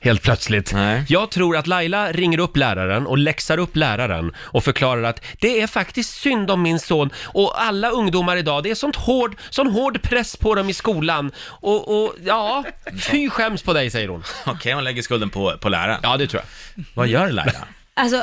A: helt plötsligt.
G: Nej.
A: Jag tror att Laila ringer upp läraren och läxar upp läraren och förklarar att det är faktiskt synd om min son och alla ungdomar idag, det är sånt hård, sån hård press på dem i skolan och, och ja, fy skäms på dig säger hon.
G: Okej, hon lägger skulden på, på läraren.
A: Ja, det tror jag.
G: Vad gör Laila?
B: Alltså,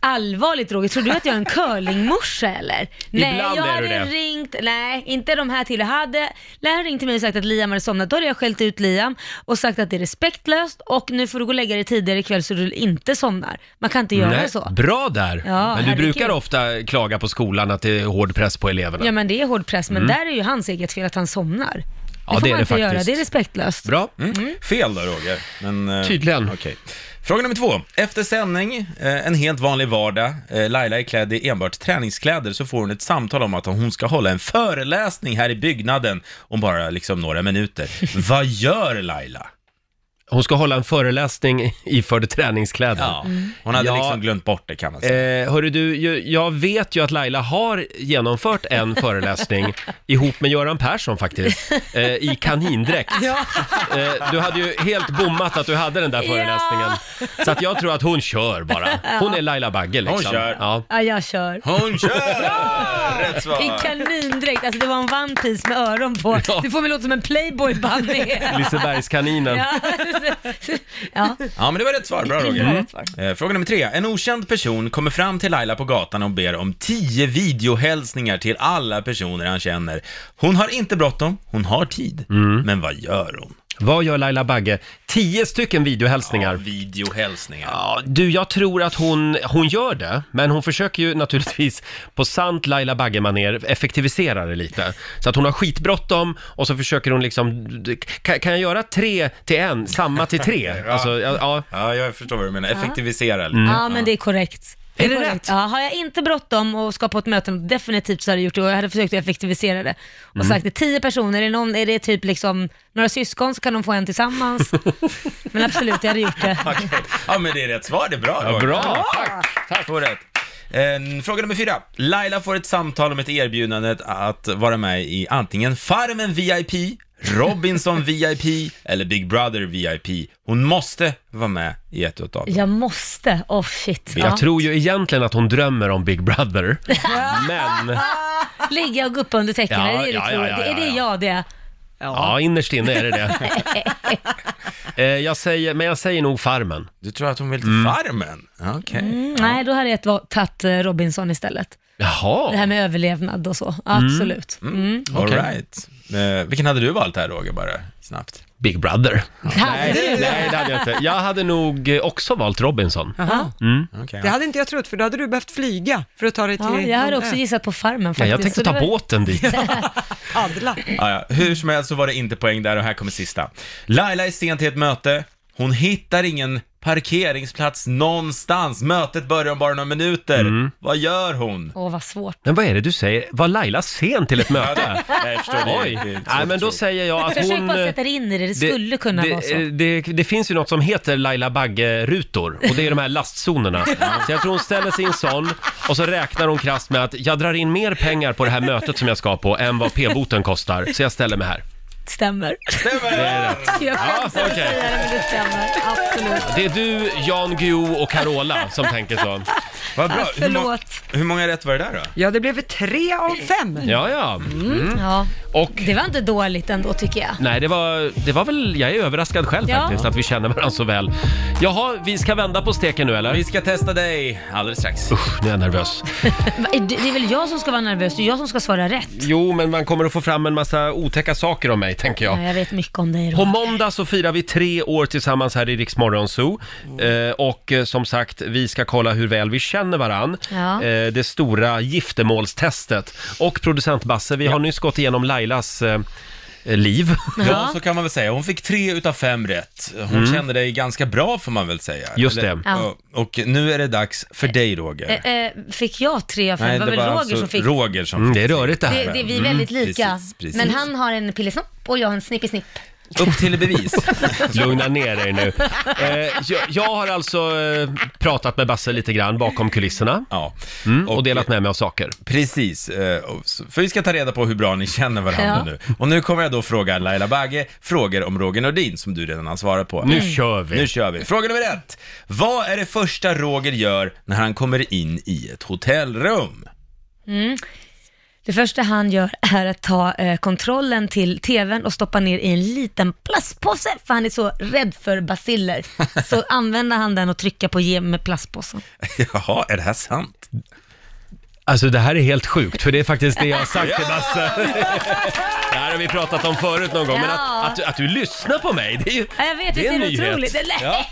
B: allvarligt Roger, tror du att jag är en curlingmorsa eller? nej,
A: Ibland
B: jag
A: är
B: hade
A: du det.
B: ringt, nej, inte de här till. Jag hade läraren ringt till mig och sagt att Liam hade somnat, då hade jag skällt ut Liam och sagt att det är respektlöst och nu får du gå och lägga dig tidigare ikväll så du inte somnar. Man kan inte göra så.
A: bra där!
B: Ja,
A: Men du
B: herregud.
A: brukar ofta klaga på skolan att det är hård press på eleverna.
B: Ja men det är hård press, men där är ju hans eget fel att han somnar. Det
A: Mm. Ja,
B: får
A: det är
B: man
A: det
B: inte göra,
A: faktiskt.
B: det är respektlöst.
A: Bra.
G: Mm. Fel då Roger, men... eh,
A: Tydligen.
G: Okej. Fråga nummer två. Efter sändning, eh, en helt vanlig vardag, eh, Laila är klädd i enbart träningskläder, så får hon ett samtal om att hon ska hålla en föreläsning här i byggnaden om bara liksom några minuter. Vad gör Laila?
A: Hon ska hålla en föreläsning iförd träningskläder.
G: Ja, hon hade
A: Mm. Ja.
G: liksom glömt bort det kan man säga.
A: Eh, hörru du, ju- jag vet ju att Laila har genomfört en föreläsning ihop med Göran Persson faktiskt, eh, i kanindräkt. Eh, du hade ju helt bommat att du hade den där föreläsningen. Så att jag tror att hon kör bara. Hon är Laila Bagge liksom.
G: Hon kör.
A: Ja.
B: Ja, jag kör.
G: Hon kör! Rätt
B: I
G: svar!
B: kanindräkt, alltså det var en one piece med öron på.
A: Ja.
B: Du får mig låta som en playboy bunny.
A: Lisebergskaninen.
B: ja. ja.
A: Eh.
G: Ja, men det var rätt svar.
A: Mm.
G: Bra Roger. Eh, Fråga nummer tre. En okänd person kommer fram till Laila på gatan och ber om tio videohälsningar till
A: Mm.
G: alla personer han känner. Hon har inte bråttom, hon har tid. Men vad gör hon?
A: Vad gör Laila Bagge? Tio stycken videohälsningar.
G: Videohälsningar.
A: Ja, du, jag tror att hon, hon gör det, men hon försöker ju naturligtvis på sant Laila Bagge-manér effektivisera det lite. Så att hon har skitbråttom och så försöker hon liksom, kan, kan jag göra tre till en, samma till tre? Alltså, ja, ja.
G: Ja, jag förstår vad du menar. Effektivisera
A: Mm.
G: lite.
B: Ja, men det är korrekt.
A: Är det
B: korrekt.
A: rätt?
B: Ja, har jag inte bråttom och ska på ett möte, definitivt så hade jag gjort det och jag hade försökt att effektivisera det. Och
A: Mm.
B: sagt till tio personer, är det, någon, är det typ liksom några syskon så kan de få en tillsammans. men absolut, jag hade gjort det.
G: Okej. Ja, men det är rätt svar. Det är bra.
A: Ja,
G: Roger.
A: bra.
G: Tack. Får rätt. Eh, Fråga nummer fyra. Laila får ett samtal om ett erbjudande att vara med i antingen Farmen VIP, Robinson VIP eller Big Brother VIP. Hon måste vara med i ett utav dem.
B: Jag måste, oh shit.
A: Jag tror ju egentligen att hon drömmer om Big Brother, men
B: Ligga och guppa under täcken,
A: Ja,
B: är det det du
A: ja,
B: tror?
A: ja, ja,
B: Det är det
A: ja.
B: jag det.
A: ja, innerst inne är det det. Eh, Jag säger, men jag säger nog Farmen.
G: Du tror att hon vill till Farmen? Ja, Okej.
B: Mm, nej, då hade jag ett va- tagit eh, Robinson istället. Det här
A: Jaha,
B: med överlevnad och så, absolut. Mm.
G: All
A: Okej.
G: right. Eh, vilken hade du valt här Roger, bara snabbt?
A: Big Brother.
B: Hade du?
A: Nej, det hade jag inte. Jag hade nog eh, också valt Robinson.
C: Jaha.
G: Okej,
C: Det hade inte jag trott, för då hade du behövt flyga för att ta dig till
B: Ja, jag hade
C: någon
B: också
C: ö.
B: gissat på Farmen
A: Ja,
B: faktiskt.
A: jag tänkte
B: så det
A: ta
B: var-
A: båten dit.
C: Adla.
G: Ja, ja. Hur som helst så var det inte poäng där och här kommer sista. Laila är sen till ett möte. Hon hittar ingen parkeringsplats någonstans. Mötet börjar om bara några minuter.
A: Mm.
G: Vad gör hon?
B: Åh, vad svårt.
A: Men vad är det du säger? Var Laila sen till ett möte?
G: Jag förstår det.
A: Oj!
G: Det är inte så
A: Nej, men då
G: otroligt.
A: säger jag att
B: Försök
A: hon... eh,
B: bara sätta dig in i det, det skulle kunna
A: det,
B: vara så.
A: Det, det, det finns ju något som heter Laila Bagge-rutor och det är de här lastzonerna. Så jag tror hon ställer sig i en sån och så räknar hon krasst med att jag drar in mer pengar på det här mötet som jag ska på än vad p-boten kostar, så jag ställer mig här.
B: Stämmer.
G: Stämmer det?
B: Jag skäms över att
A: okej.
B: säga det, men det stämmer. Absolut.
A: Det är du, Jan Guillou och Carola som tänker så.
G: Vad bra.
B: Ah,
G: Hur, må-
B: förlåt.
G: hur många rätt var det där då?
C: Ja, det blev tre av fem.
A: Ja, ja.
B: Mm. Ja,
A: Och
B: det var inte dåligt ändå tycker jag.
A: Nej, det var, det var väl... Jag är överraskad själv
B: Ja.
A: faktiskt att vi känner varandra så väl. Jaha, vi ska vända på steken nu eller?
G: Vi ska testa dig alldeles strax.
A: Usch, nu är jag nervös.
B: Va, är Det det är väl jag som ska vara nervös, det är jag som ska svara rätt.
A: Jo, men man kommer att få fram en massa otäcka saker om mig, tänker
B: Ja.
A: jag.
B: jag vet mycket om dig
A: På
B: då.
A: måndag så firar vi tre år tillsammans här i Rix Morgon Zoo.
B: Mm.
A: Eh, och eh, som sagt, vi ska kolla hur väl vi känner varann.
B: Ja.
A: Eh, det stora giftermålstestet. Och producent Basse, vi har nyss gått igenom Lailas eh, liv.
G: Ja, så kan man väl säga. Hon fick tre utav fem rätt. Hon kände dig ganska bra får man väl säga.
A: Mm. Just
G: Eller-
A: det.
B: Ja.
G: Och nu är det dags för dig Roger.
B: Eh, eh, Fick jag tre av fem? det var väl Roger som fick?
G: alltså Roger som
A: Mm,
G: fick
A: det är
G: tre.
A: rörigt det här.
B: Det, det, vi är väldigt
G: Mm,
B: lika.
G: precis, precis.
B: Men han har en pillesnopp och jag har en snippesnipp.
G: Upp till bevis.
A: Lugna ner dig nu. Eh, jag, jag har alltså eh, pratat med Basse lite grann bakom kulisserna
G: ja.
A: mm, och delat med mig av saker.
G: Precis, eh, och så- för vi ska ta reda på hur bra ni känner varandra
B: Ja.
G: nu. Och nu kommer jag då fråga Laila Bagge frågor om Roger Nordin som du redan har svarat på.
A: Nu kör vi!
G: Nu kör vi. Fråga nummer ett. Vad är det första Roger gör när han kommer in i ett hotellrum?
B: Det första han gör är att ta eh, kontrollen till tvn och stoppa ner i en liten plastpåse, för han är så rädd för basiller. Så använder han den och trycker på ge med plastpåsen.
G: Jaha, är det här sant?
A: Alltså det här är helt sjukt, för det är faktiskt det jag har sagt till Basse. Det här har vi pratat om förut någon gång, men
B: Ja.
A: att, att, du- att du lyssnar på mig, det är ju
B: Ja, jag vet,
A: det
B: visst
A: är
B: är
A: en
B: det
A: nyhet.
B: otroligt? Eller?
A: Ja.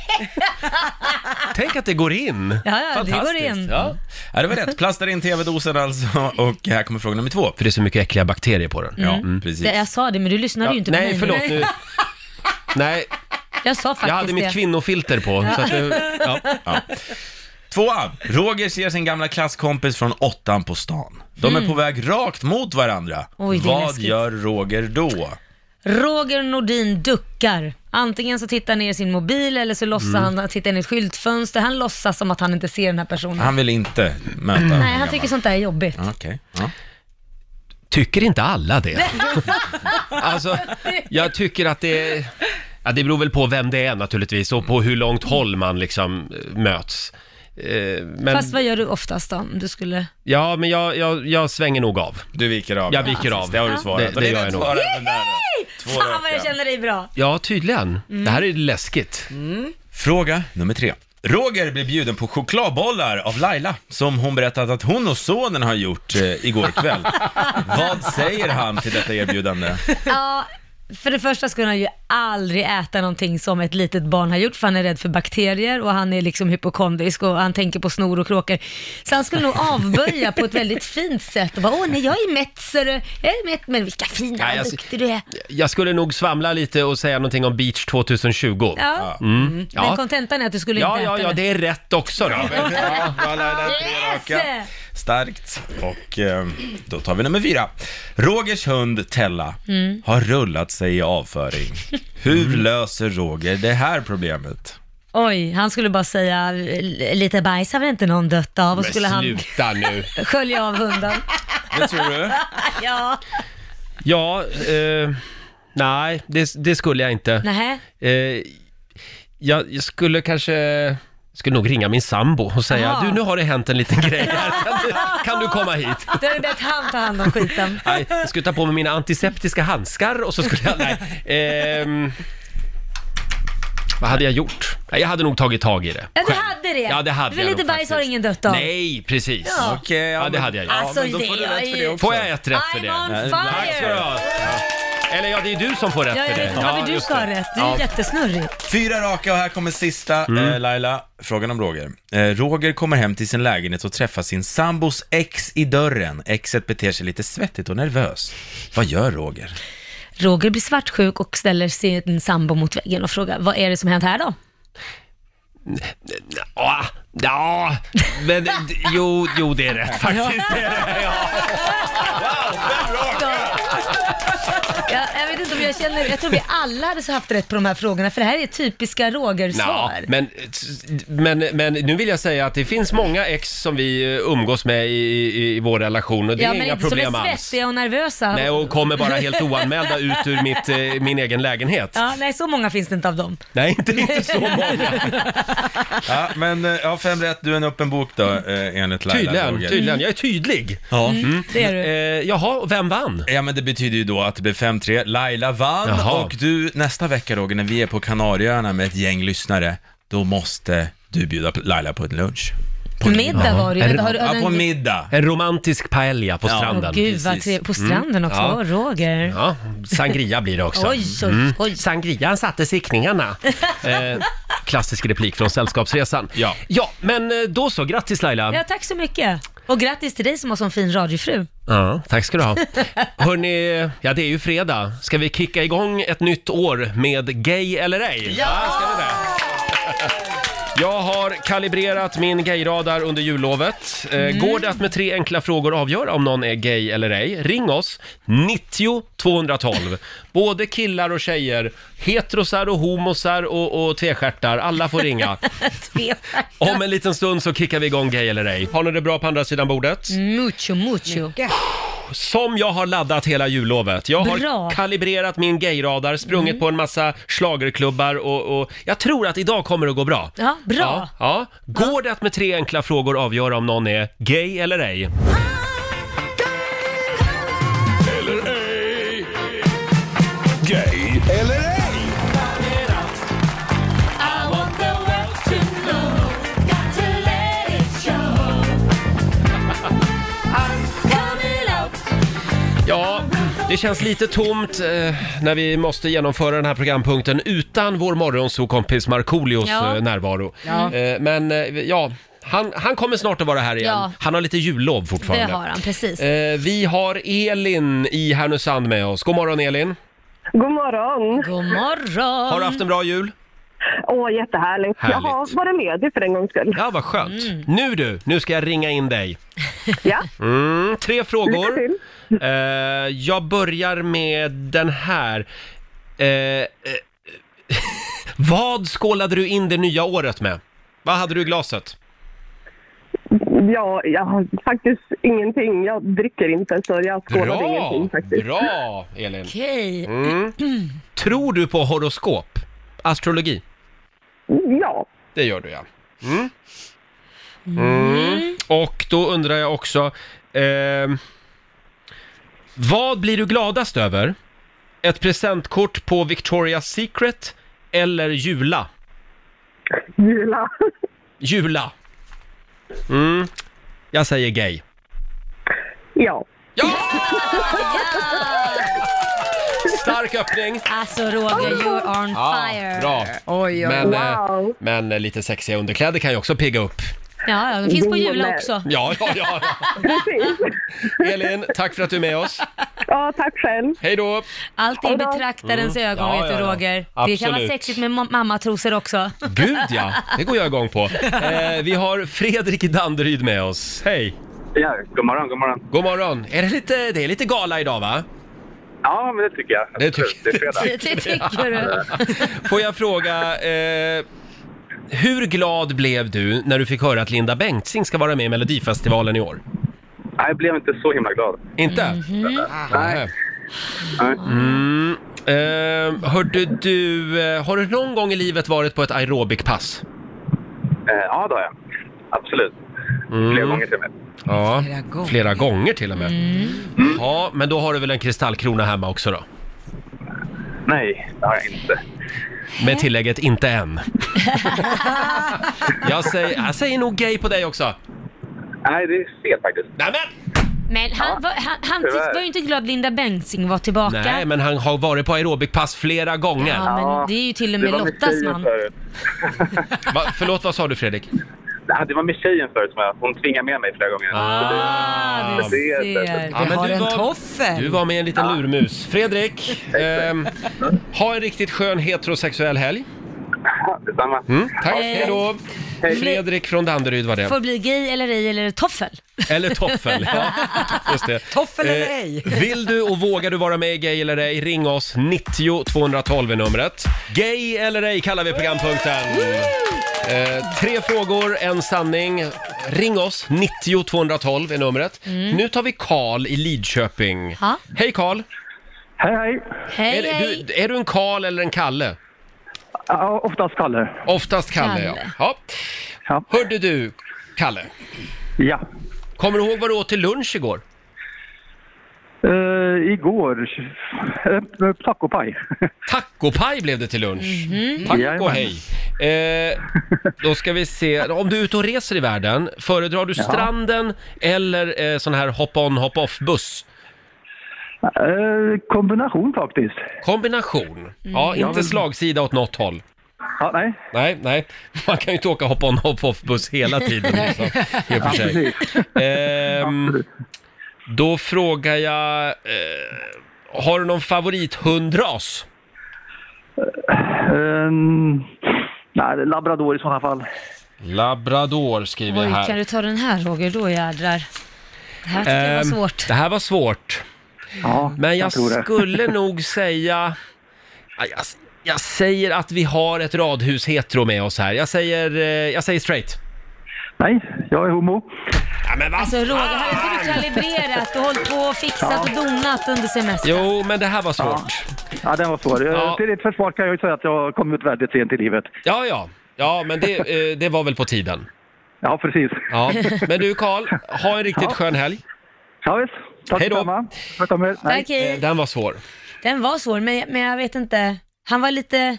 A: Tänk att det går in!
B: Ja, ja, det går
A: Fantastiskt.
B: in.
A: Ja.
G: Ja, det var rätt. Plastar in tv-dosen alltså. Och här kommer fråga nummer två.
A: För det är så mycket äckliga bakterier på den.
G: Ja, precis.
B: Mm. Det, jag sa Mm. det, men du lyssnade ju inte på
A: nej,
B: mig.
A: förlåt nu. Nej,
B: Jag sa faktiskt
A: jag hade mitt
B: det.
A: kvinnofilter på. Så att det, ja.
G: Tvåan. Roger ser sin gamla klasskompis från åttan på stan. De är på väg rakt mot varandra.
B: Mm. Oj, det är
G: Vad
B: läskigt.
G: gör Roger då?
B: Roger Nordin duckar. Antingen så tittar han ner i sin mobil eller så låtsas
A: Mm.
B: han att titta in i ett skyltfönster. Han låtsas som att han inte ser den här personen.
A: Ah.
G: Han vill inte möta någon
B: Nej, han
G: gammal.
B: tycker sånt där är jobbigt.
A: Mm.
G: Okej. Ja.
A: Tycker inte alla det? alltså, jag tycker att det... Ja, det beror väl på vem det är naturligtvis och på hur långt håll man liksom eh, möts. Eh, Men,
B: Fast vad gör du oftast då? Om du skulle...
A: Ja, men jag, jag, jag svänger nog av.
G: Du viker av.
A: Jag viker av.
G: Det har du svarat.
A: Det-
G: Och
A: det gör jag
G: rätt
A: nog.
G: svar även där. Två
B: Fan vad
G: raka.
B: jag känner dig bra.
A: Ja, tydligen. Det här är läskigt.
G: Mm. Fråga nummer tre. Roger blir bjuden på chokladbollar av Laila, som hon berättat att hon och sonen har gjort eh, igår kväll. Vad säger han till detta erbjudande?
B: Ja, för det första skulle han ju aldrig äta någonting som ett litet barn har gjort, för han är rädd för bakterier och han är liksom hypokondrisk och han tänker på snor och kråkor. Så han skulle nog avböja på ett väldigt fint sätt och bara, åh nej, jag är mätt, så du. jag är mätt, men vilka fina,
A: Nej, alltså, jag-
B: vad duktig du är.
A: Jag skulle nog svamla lite och säga någonting om Beach 2020.
B: Ja.
A: Mm.
B: Men
A: Ja.
B: kontentan är att du skulle
A: Ja,
B: inte
A: ja,
B: äta
A: ja, det är rätt också då.
G: Ja, bra Laila, tre raka.
B: Yes!
G: Starkt. Och eh, då tar vi nummer fyra. Rogers hund Tella
B: Mm.
G: har rullat sig i avföring. Hur löser Roger det här problemet?
B: Oj, han skulle bara säga, lite bajs har väl inte någon dött av?
A: Men
B: Och skulle han
A: sluta nu.
B: skölja av hunden.
G: Det tror du?
B: ja,
A: Ja, eh, nej, det, det skulle jag inte.
B: nej.
A: Eh, jag, jag skulle kanske... Skulle nog ringa min sambo och säga,
B: Jaha.
A: du nu har det hänt en liten grej här, kan du, kan du komma hit?
B: Då är det bättre att han tar hand om skiten.
A: Nej, jag skulle ta på mig mina antiseptiska handskar och så skulle jag... Nej. Ehm, vad hade jag gjort? Nej, Jag hade nog tagit tag i det.
B: Ja, du
A: själv.
B: hade det.
A: Ja, det hade
B: Det är
A: jag
B: lite
A: nog
B: bajs har
A: faktiskt.
B: ingen dött av.
A: Nej, precis.
B: Ja.
G: Okej,
A: Ja, det hade jag gjort.
G: men-
B: Alltså,
G: men då får
B: det
G: du rätt för det
B: är-
G: också.
A: Får jag ett rätt för det?
B: I'm on
G: Nej,
A: Tack ska du
B: fire!
A: ha. Eller ja, det är du som får rätt
B: Ja, jag
A: för det.
B: vet inte varför du
A: just
B: ska ha
A: det.
B: rätt. Du är
A: Ja.
B: jättesnurrig.
G: Fyra raka och här kommer sista eh, Laila. Frågan om Roger. Eh, Roger kommer hem till sin lägenhet och träffar sin sambos ex i dörren. Exet beter sig lite svettigt och nervös. Vad gör Roger?
B: Roger blir svartsjuk och ställer sin sambo mot väggen och frågar, vad är det som hänt här då?
A: Ja, ja, men d- jo, jo, det är rätt faktiskt. Det är det. Ja.
B: Så, jag, jag vet inte om jag känner, jag tror vi alla hade så haft rätt på de här frågorna, för det här är typiska
A: Nå,
B: Roger-svar.
A: men, men, men nu vill jag säga att det finns många ex som vi eh, umgås med i, i, i vår relation och det
B: ja,
A: är
B: men
A: inga
B: inte som är
A: problem alls.
B: svettiga och nervösa.
A: Nej, och kommer bara helt oanmälda ut ur mitt, eh, min egen lägenhet.
B: Ja, nej, så många finns det inte av dem.
A: Nej, inte, inte så många.
G: Ja, men eh, ja, fem rätt. Du är en öppen bok då, eh, enligt Laila.
A: Tydligen,
G: Roger.
A: tydligen. Jag är tydlig.
G: Ja. Mm.
B: Det är
A: Eh,
B: du.
A: jaha, och vem vann?
G: Ja men det betyder ju då att det blev 5-3. Laila vann
A: Jaha.
G: och du nästa vecka Roger när vi är på Kanarieöarna med ett gäng lyssnare, då måste du bjuda på- Laila på en lunch.
B: Middag var det ju.
A: Är det-
B: Har du- har
G: Ja,
B: du
G: på
B: en-
G: middag.
A: En romantisk paella på
G: Ja.
A: stranden.
B: Åh gud vad
G: Precis.
B: trevligt. På stranden också.
A: Mm. Ja.
B: Åh, Roger.
A: Ja, Mm. sangria blir det också.
B: Oj, oj, oj.
A: Sangrian satte siktningarna. Eh, klassisk replik från Sällskapsresan.
G: Ja.
A: ja, men eh, då så. Grattis Laila.
B: Ja, tack så mycket. Och grattis till dig som har sån fin radiofru.
A: Ja, tack ska du ha. Hörni, ja det är ju fredag. Ska vi kicka igång ett nytt år med Gay eller ej? Ja! Ska vi det? Jag har kalibrerat min gayradar under jullovet. Eh, Går det att med tre enkla frågor avgöra om någon är gay eller ej? Ring oss, 90 212. Både killar och tjejer, heterosar och homosar och, och tvestjärtar, alla får ringa. Om en liten stund så kickar vi igång Gay eller ej. Har ni det bra på andra sidan bordet?
B: Mucho, mucho.
A: Som jag har laddat hela jullovet. Jag har
B: Bra. Mm.
A: kalibrerat min gayradar, sprungit på en massa schlagerklubbar och, och jag tror att idag kommer det gå bra.
B: Ja, bra.
A: Ja, ja. Går det att med tre enkla frågor avgöra om någon är gay eller ej?
D: Gay eller ej?
A: Ja, det känns lite tomt eh, när vi måste genomföra den här programpunkten utan vår morgonsokompis Markoolios
B: Ja.
A: eh, närvaro. Eh, men eh, ja, han, han kommer snart att vara här igen.
B: Ja.
A: Han har lite jullov
B: Det
A: fortfarande.
B: har han, precis.
A: Eh, vi har Elin i Härnösand med oss. God morgon Elin!
I: God morgon!
B: God morgon.
A: Har du haft en bra jul?
I: Åh, jättehärligt. Jag
A: Härligt.
I: har varit med dig för en gångs skull.
A: Ja, vad skönt. Nu du, nu ska jag ringa in dig.
I: Ja.
A: Mm, tre
I: Lycka
A: frågor.
I: till.
A: Eh, jag börjar med den här. Eh, eh, vad skålade du in det nya året med? Vad hade du i glaset?
I: Ja, jag har faktiskt ingenting. Jag dricker inte, så jag skålar ingenting faktiskt.
A: Bra, Elin.
B: Okej.
A: Mm. Tror du på horoskop? Astrologi?
I: Ja.
A: Det gör du, ja. Mm. Mm. Och då undrar jag också, ehm, vad blir du gladast över? Ett presentkort på Victoria's Secret eller Jula?
I: Jula.
A: Jula. Mm. Jag säger gay.
I: Ja.
A: Ja! Stark öppning.
B: Alltså Roger, you're on
A: Ja,
B: fire.
A: bra.
C: Oj, oj,
A: Men,
C: oj.
A: eh,
I: Wow.
A: men eh, lite sexiga underkläder kan ju också pigga upp.
B: Ja, ja, de finns på
I: Jo,
B: Jula
I: men-
B: också.
A: Ja, ja, ja.
I: Precis.
A: Elin, tack för att du är med oss.
I: Ja, tack själv.
A: Hej då!
B: Allt är i betraktarens ögon,
A: Mm. Ja,
B: vet du
A: ja, ja.
B: Roger. Det kan vara
A: Absolut.
B: sexigt med ma- mammatrosor också.
A: Gud ja, det går jag igång på. Eh, vi har Fredrik i Danderyd med oss. Hej!
F: Ja, god morgon, god morgon.
A: God morgon! Är det, lite, det är lite gala idag va?
F: Ja, men det tycker jag.
A: Det tycker-
F: Det är fredag.
B: Det tycker du.
A: Får jag fråga, eh, hur glad blev du när du fick höra att Linda Bengtzing ska vara med i Melodifestivalen i år?
F: Nej, jag blev inte så himla glad.
A: Inte? Nej. Mm. Eh, hörde du, eh, har du någon gång i livet varit på ett aerobikpass?
F: Eh, ja, det har jag. Absolut.
A: Mm.
F: Flera gånger till och med.
A: Ja,
C: Flera gånger.
A: flera gånger till och med. Ja, men då har du väl en kristallkrona hemma också då?
F: Nej, det har jag inte.
A: Med tillägget inte än. jag, säger, jag säger nog gay på dig också.
F: Nej, det är fel faktiskt.
A: Nämen!
B: Men han, var, han, han
F: Tyvärr.
B: var ju inte glad Linda Bengtzing var tillbaka.
A: Nej, men han har varit på aerobikpass flera gånger.
B: Ja, men det är ju till och med
F: Det var med
B: Lottas
F: tjejen
B: man.
F: förut.
A: Va, förlåt, vad sa du Fredrik?
F: Nej, det var med tjejen förut som jag, hon tvingade med mig flera gånger.
B: Ah, du
F: Det är det.
B: ser.
A: Ja, men
C: Vi har
A: du
C: en
A: var-
C: toffel.
A: Du var med en liten lurmus. Fredrik, ehm, ha en riktigt skön heterosexuell helg.
F: Ja, Detsamma.
A: Mm, tack, hej då. Fredrik från Danderyd var det.
B: Får bli gay eller ej eller toffel.
A: Eller toffel. Ja, just det.
C: Toffel eller
A: Eh,
C: ej?
A: Vill du och vågar du vara med i Gay eller ej, ring oss. 90 212 är numret. Gay eller ej kallar vi programpunkten. Eh, tre frågor, en sanning. Ring oss, 90 212 är numret. Nu tar vi Karl i Lidköping.
B: Ja.
A: Hej Karl!
F: Hej, hej.
B: Hej,
A: Är,
B: hej.
A: du- är du en Karl eller en Kalle?
F: Ja, oftast Kalle.
A: Oftast Kalle,
B: Kalle.
A: ja. ja.
F: Ja.
A: Hörde du, Kalle?
F: Ja.
A: Kommer du ihåg vad du åt till lunch igår?
F: Uh, igår, uh, tacopaj.
A: Tacopaj blev det till lunch.
B: Mhm.
A: Tack och
F: Jajamän.
A: hej. Eh, då ska vi se, om du är ute och reser i världen, föredrar du stranden eller eh, sån här hop-on hop-off buss?
F: Eh, kombination faktiskt.
A: Kombination.
B: Mm.
A: Ja, inte slagsida åt något håll.
F: Ja, nej.
A: Nej, nej. Man kan ju inte åka hop-on hop-off buss hela tiden. Liksom, i och för sig. Ehm, då frågar jag, eh, har du någon favorithundras?
F: Ehm, nej, labrador i sådana fall.
A: Labrador skriver jag
B: Oj,
A: här.
B: kan du ta den här Roger? Då jädrar. Det här tycker jag var
A: Ehm,
B: svårt.
A: Det här var svårt.
F: Ja,
A: Men jag,
F: tror det.
A: skulle nog säga... Ja, Jag, jag säger att vi har ett radhus hetero med oss här. Jag säger, eh, jag säger straight.
F: Nej, jag är homo.
A: Ja, men
B: Alltså Roger, hade inte
A: Ah.
B: du kalibrerat och hållit på och fixat och donat under semestern?
A: Jo, men det här var svårt.
F: Ja, den var svår. Eh,
A: Ja.
F: Till ditt försvar kan jag ju säga att jag kom ut väldigt sent i livet.
A: Ja, ja. Ja, men det, eh, det var väl på tiden.
F: Ja, precis.
A: Ja. Men du Karl, ha en riktigt skön helg.
F: Ja, visst. Tack
A: Hej då.
F: detsamma. Sköt om er. Nej.
B: Tack, hej.
A: Eh, Den var svår.
B: Den var svår, men, men jag vet inte. Han var lite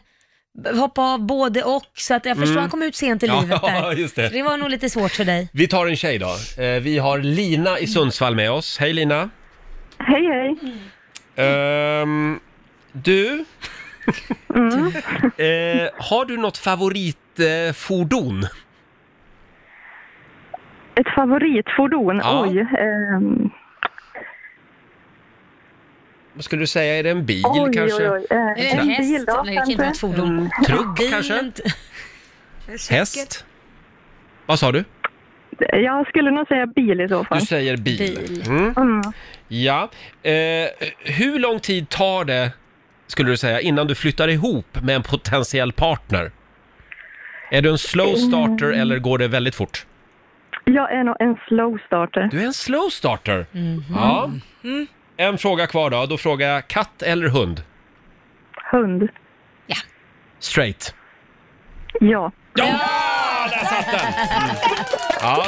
B: hoppa av både och, så att jag förstår han kom ut sent i
A: Mm. Ja,
B: livet där.
A: just det.
B: det var nog lite svårt för dig.
A: Vi tar en tjej då. Eh, Vi har Lina i Sundsvall med oss. Hej Lina!
I: Hej, hej.
A: Ehm, du?
I: Mm.
A: eh, har du något favoritfordon? Eh, fordon?
I: Ett favoritfordon?
A: Ja.
I: Oj. ehm,
A: Vad skulle du säga, är det en bil
I: oj,
A: kanske?
I: oj, Mm. oj. Eh,
B: En
I: en
B: häst,
I: bil då,
B: nej, det kan inte vara
I: kanske?
B: ett fordon.
A: Mm. Truck
B: Bil,
A: kanske?
B: inte-
A: Häst? Vad sa du?
I: Jag skulle nog säga bil i så fall.
A: Du säger bil.
B: Bil.
A: Mm.
I: Mm.
A: Ja. Eh, hur lång tid tar det, skulle du säga, innan du flyttar ihop med en potentiell partner? Är du en slow starter eller går det väldigt fort?
I: Jag är nog en slow starter.
A: Du är en slow starter. Ja. En fråga kvar då. Då frågar jag katt eller hund?
I: Hund.
A: Straight.
I: Ja.
A: Ja! Där satt den! Ja.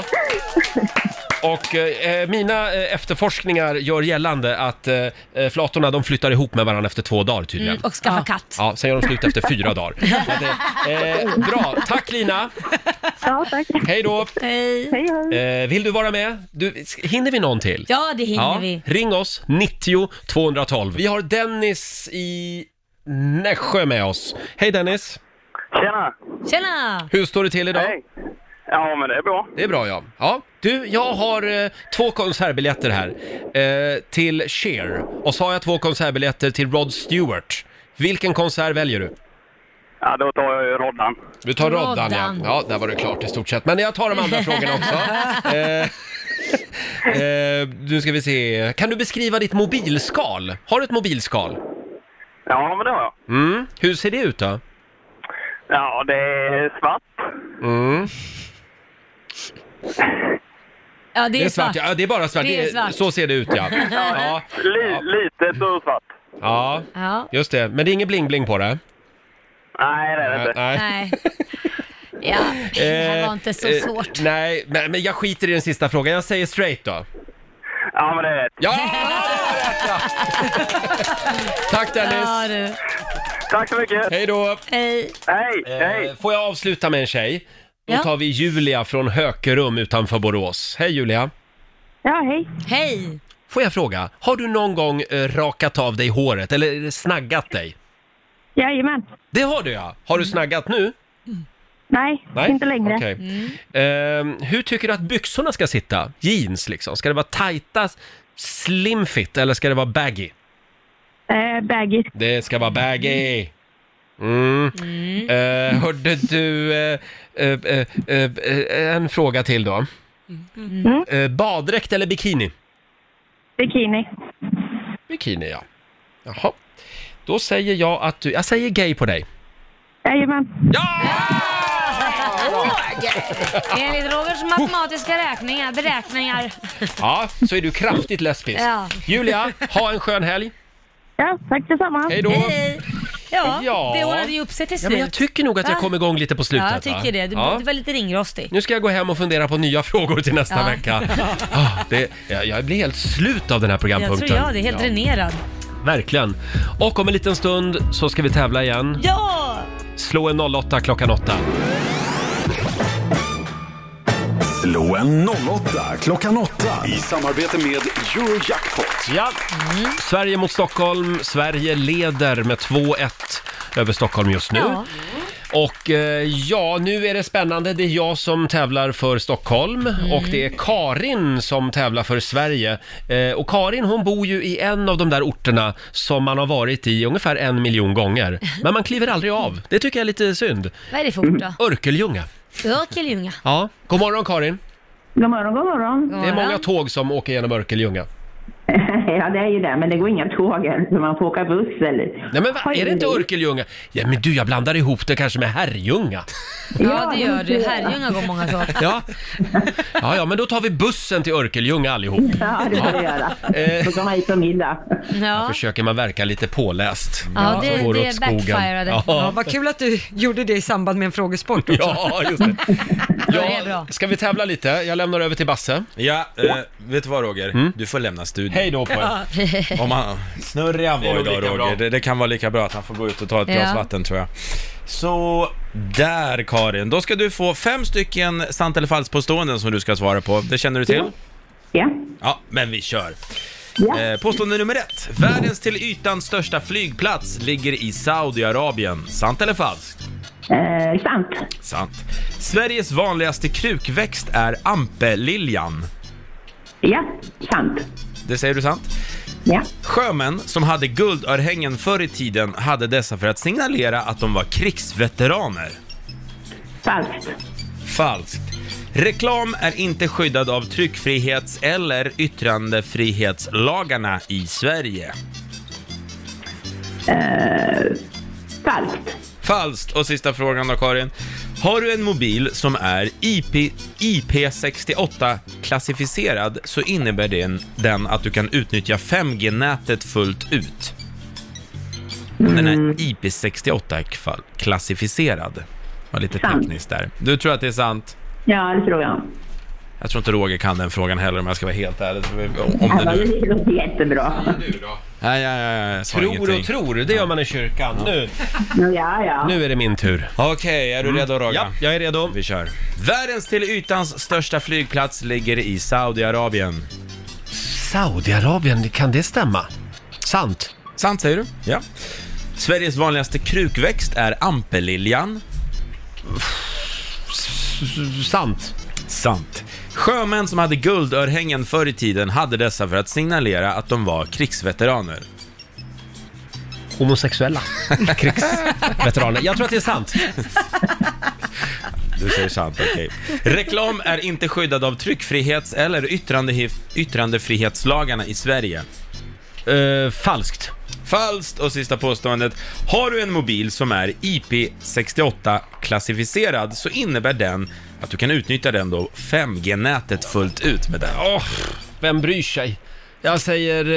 A: Och eh, mina eh, efterforskningar gör gällande att eh, eh, flatorna de flyttar ihop med varandra efter två dagar tydligen.
B: Mm, och skaffa katt.
A: Ja, sen gör de slut efter fyra dagar. Så att det- eh, bra, tack Lina! Ah.
I: Ja, tack.
A: Hej då!
B: Hej.
I: Hej, hej.
A: Eh, vill du vara med? Du, s- hinner vi någon till?
B: Ja, det hinner vi.
A: Ring oss, 90 212. Vi har Dennis i Nässjö med oss. Hej Dennis!
F: Tjena!
B: Tjena!
A: Hur står det till idag?
F: Hej! Ja, men det är bra.
A: Det är bra ja. ja. Du, jag har eh, två konsertbiljetter här. Eh, till Cher. Och så har jag två konsertbiljetter till Rod Stewart. Vilken konsert väljer du?
F: Ja, då tar jag ju Roddan.
A: Du tar Roddan,
B: Roddan.
A: ja. ja. där var det klart i stort sett. Men jag tar de andra frågorna också. Eh, eh, nu ska vi se. Kan du beskriva ditt mobilskal? Har du ett mobilskal?
F: Ja, men det har jag.
A: Mm. Hur ser det ut då?
F: Ja, det är svart.
A: Mm.
B: Ja, det är, svart.
A: Ja, det är bara svart.
B: Det är svart.
A: så ser det ut ja. ja.
F: Li- Litet och svart.
A: Ja,
B: Ja.
A: just det. Men det är inget bling-bling på det? Eh,
F: Nej, det är det inte.
A: Nej.
B: Nej. Ja, det här var inte så
A: Eh, eh,
B: svårt.
A: Nej, men, men jag skiter i den sista frågan. Jag säger straight då.
F: Ja, men det är rätt.
A: Ja! det var rätt, ja. Tack
B: Ja,
A: Dennis!
B: du.
F: Tack så mycket.
A: Hej då!
B: Hej.
F: Hej,
A: Eh,
F: hej.
A: får jag avsluta med en tjej? Då
B: Ja.
A: tar vi Julia från Hökerum utanför Borås. Hej Julia!
I: Ja, hej.
B: Hej.
A: Får jag fråga, har du någon gång eh, rakat av dig håret eller snaggat dig?
I: Jajamän.
A: Det har du ja! Har du snaggat nu?
I: Nej, inte längre.
A: Okej. Ehm, hur tycker du att byxorna ska sitta? Jeans liksom? Ska det vara tajta, slim fit eller ska det vara baggy?
I: Eh, baggy.
A: Det ska vara baggy! Mm. Eh, hörde du eh, eh, eh, eh, eh, en fråga till då?
B: Mm.
A: Eh, baddräkt eller bikini?
I: Bikini.
A: Bikini, ja. Jaha. Då säger jag att du... Jag säger gay på dig.
I: Jajamän.
A: Ja!
B: Enligt Rogers matematiska räkningar, beräkningar.
A: Ja, så är du kraftigt lesbisk.
B: Ja.
A: Julia, ha en skön helg.
I: Ja, tack detsamma.
A: Hej då!
B: Hej. Ja,
A: Ja.
B: det ordnade ju upp sig till
A: Ja,
B: slut.
A: men jag tycker nog att jag
B: Va?
A: kom igång lite på slutet.
B: Ja, jag tycker
A: va?
B: det. Du,
A: Ja.
B: du var lite ringrostig.
A: Nu ska jag gå hem och fundera på nya frågor till nästa
B: Ja.
A: vecka. Ah, det, jag, jag blir helt slut av den här
B: Jag
A: programpunkten.
B: tror jag det, är helt dränerad.
A: Verkligen. Och om en liten stund så ska vi tävla igen.
B: Ja!
A: Slå en 08 klockan 8.
D: Slå en 08 klockan 8
J: I samarbete med Eurojackpot.
A: Ja. Sverige mot Stockholm. Sverige leder med 2-1 över Stockholm just nu.
B: Ja.
A: Och eh, ja, nu är det spännande. Det är jag som tävlar för Stockholm och det är Karin som tävlar för Sverige. Eh, och Karin hon bor ju i en av de där orterna som man har varit i ungefär en miljon gånger. Men man kliver aldrig av. Det tycker jag är lite synd.
B: Vad är det för ort då?
A: Örkelljunga.
B: Örkelljunga.
A: Ja. God morgon Karin.
I: God morgon, god morgon.
A: Det är många tåg som åker genom Örkelljunga.
I: Ja, det är ju det, men det går inga tåg här, så man får åka buss eller...
A: Nej men va?
I: Oj,
A: Är det inte
I: oj, oj.
A: Örkelljunga? Ja men du, jag blandar ihop det kanske med Herrljunga.
B: Ja, det gör du. Herrljunga går många tåg.
A: Ja. ja, ja, men då tar vi bussen till Örkelljunga allihop. Eh,
I: Ja, det får du göra. Då kan man hit på middag.
B: Ja.
A: Försöker man verka lite påläst.
B: Ja,
A: Så
B: det,
A: går
B: det
A: åt skogen.
B: backfirade.
A: Ja.
C: Ja, vad kul att du gjorde det i samband med en frågesport också.
A: Ja, just det.
B: det är
A: Ja,
B: bra.
A: ska vi tävla lite? Jag lämnar över till Basse.
G: Ja, eh, vet du vad Roger? Du får lämna studion.
A: Hej då på er.
G: Om han, snurrig han
A: Det är
G: var
A: nog
G: idag
A: lika bra.
G: Roger, det, det kan vara lika bra att han får gå ut och ta ett glas
B: Ja.
G: vatten tror jag. Så där Karin, då ska du få fem stycken sant eller falskt påståenden som du ska svara på. Det känner du till?
I: Ja.
G: Ja, men vi kör.
I: Ja.
G: Eh, påstående nummer ett. Världens till ytan största flygplats ligger i Saudiarabien. Sant eller falskt?
I: Eh, sant.
G: Sant. Sveriges vanligaste krukväxt är ampeliljan.
I: Ja, sant.
G: Det säger du sant?
I: Ja.
G: Sjömän som hade guldörhängen förr i tiden hade dessa för att signalera att de var krigsveteraner.
I: Falskt.
G: Falskt. Reklam är inte skyddad av tryckfrihets eller yttrandefrihetslagarna i Sverige.
I: Falskt.
G: Falskt. Och sista frågan då Karin. Har du en mobil som är IP, IP68-klassificerad så innebär den, den att du kan utnyttja 5G-nätet fullt ut. Om den är IP68-klassificerad. Var lite
I: Sant.
G: tekniskt där. Du tror att det är sant?
I: Ja, det tror jag.
G: Jag tror inte Roger kan den frågan heller om jag ska vara helt ärlig. Om
K: Ja,
G: det nu...
K: det låter jättebra.
G: Nej, ja, ja, ja, jag sa
A: Tror och
G: ingenting.
A: tror, det gör man i kyrkan. Nu.
K: Ja, ja.
A: Nu är det min tur.
G: Okej, är du
A: Mm.
G: redo Roger?
A: Ja, jag är redo.
G: Vi kör. Världens till ytans största flygplats ligger i Saudiarabien.
A: Saudiarabien, kan det stämma? Sant.
G: Sant säger du. Ja. Sveriges vanligaste krukväxt är ampeliljan.
A: Sant.
G: Sant. Sjömän som hade guldörhängen förr i tiden hade dessa för att signalera att de var krigsveteraner.
A: Homosexuella. Krigsveteraner. Jag tror att det är sant.
G: Du säger sant, okej. Reklam är inte skyddad av tryckfrihets eller yttrandefri- yttrandefrihetslagarna i Sverige.
A: Eh, falskt.
G: Falskt och sista påståendet. Har du en mobil som är IP68-klassificerad så innebär den att du kan utnyttja den då 5G-nätet fullt ut med den.
A: Åh, vem bryr sig? Jag säger...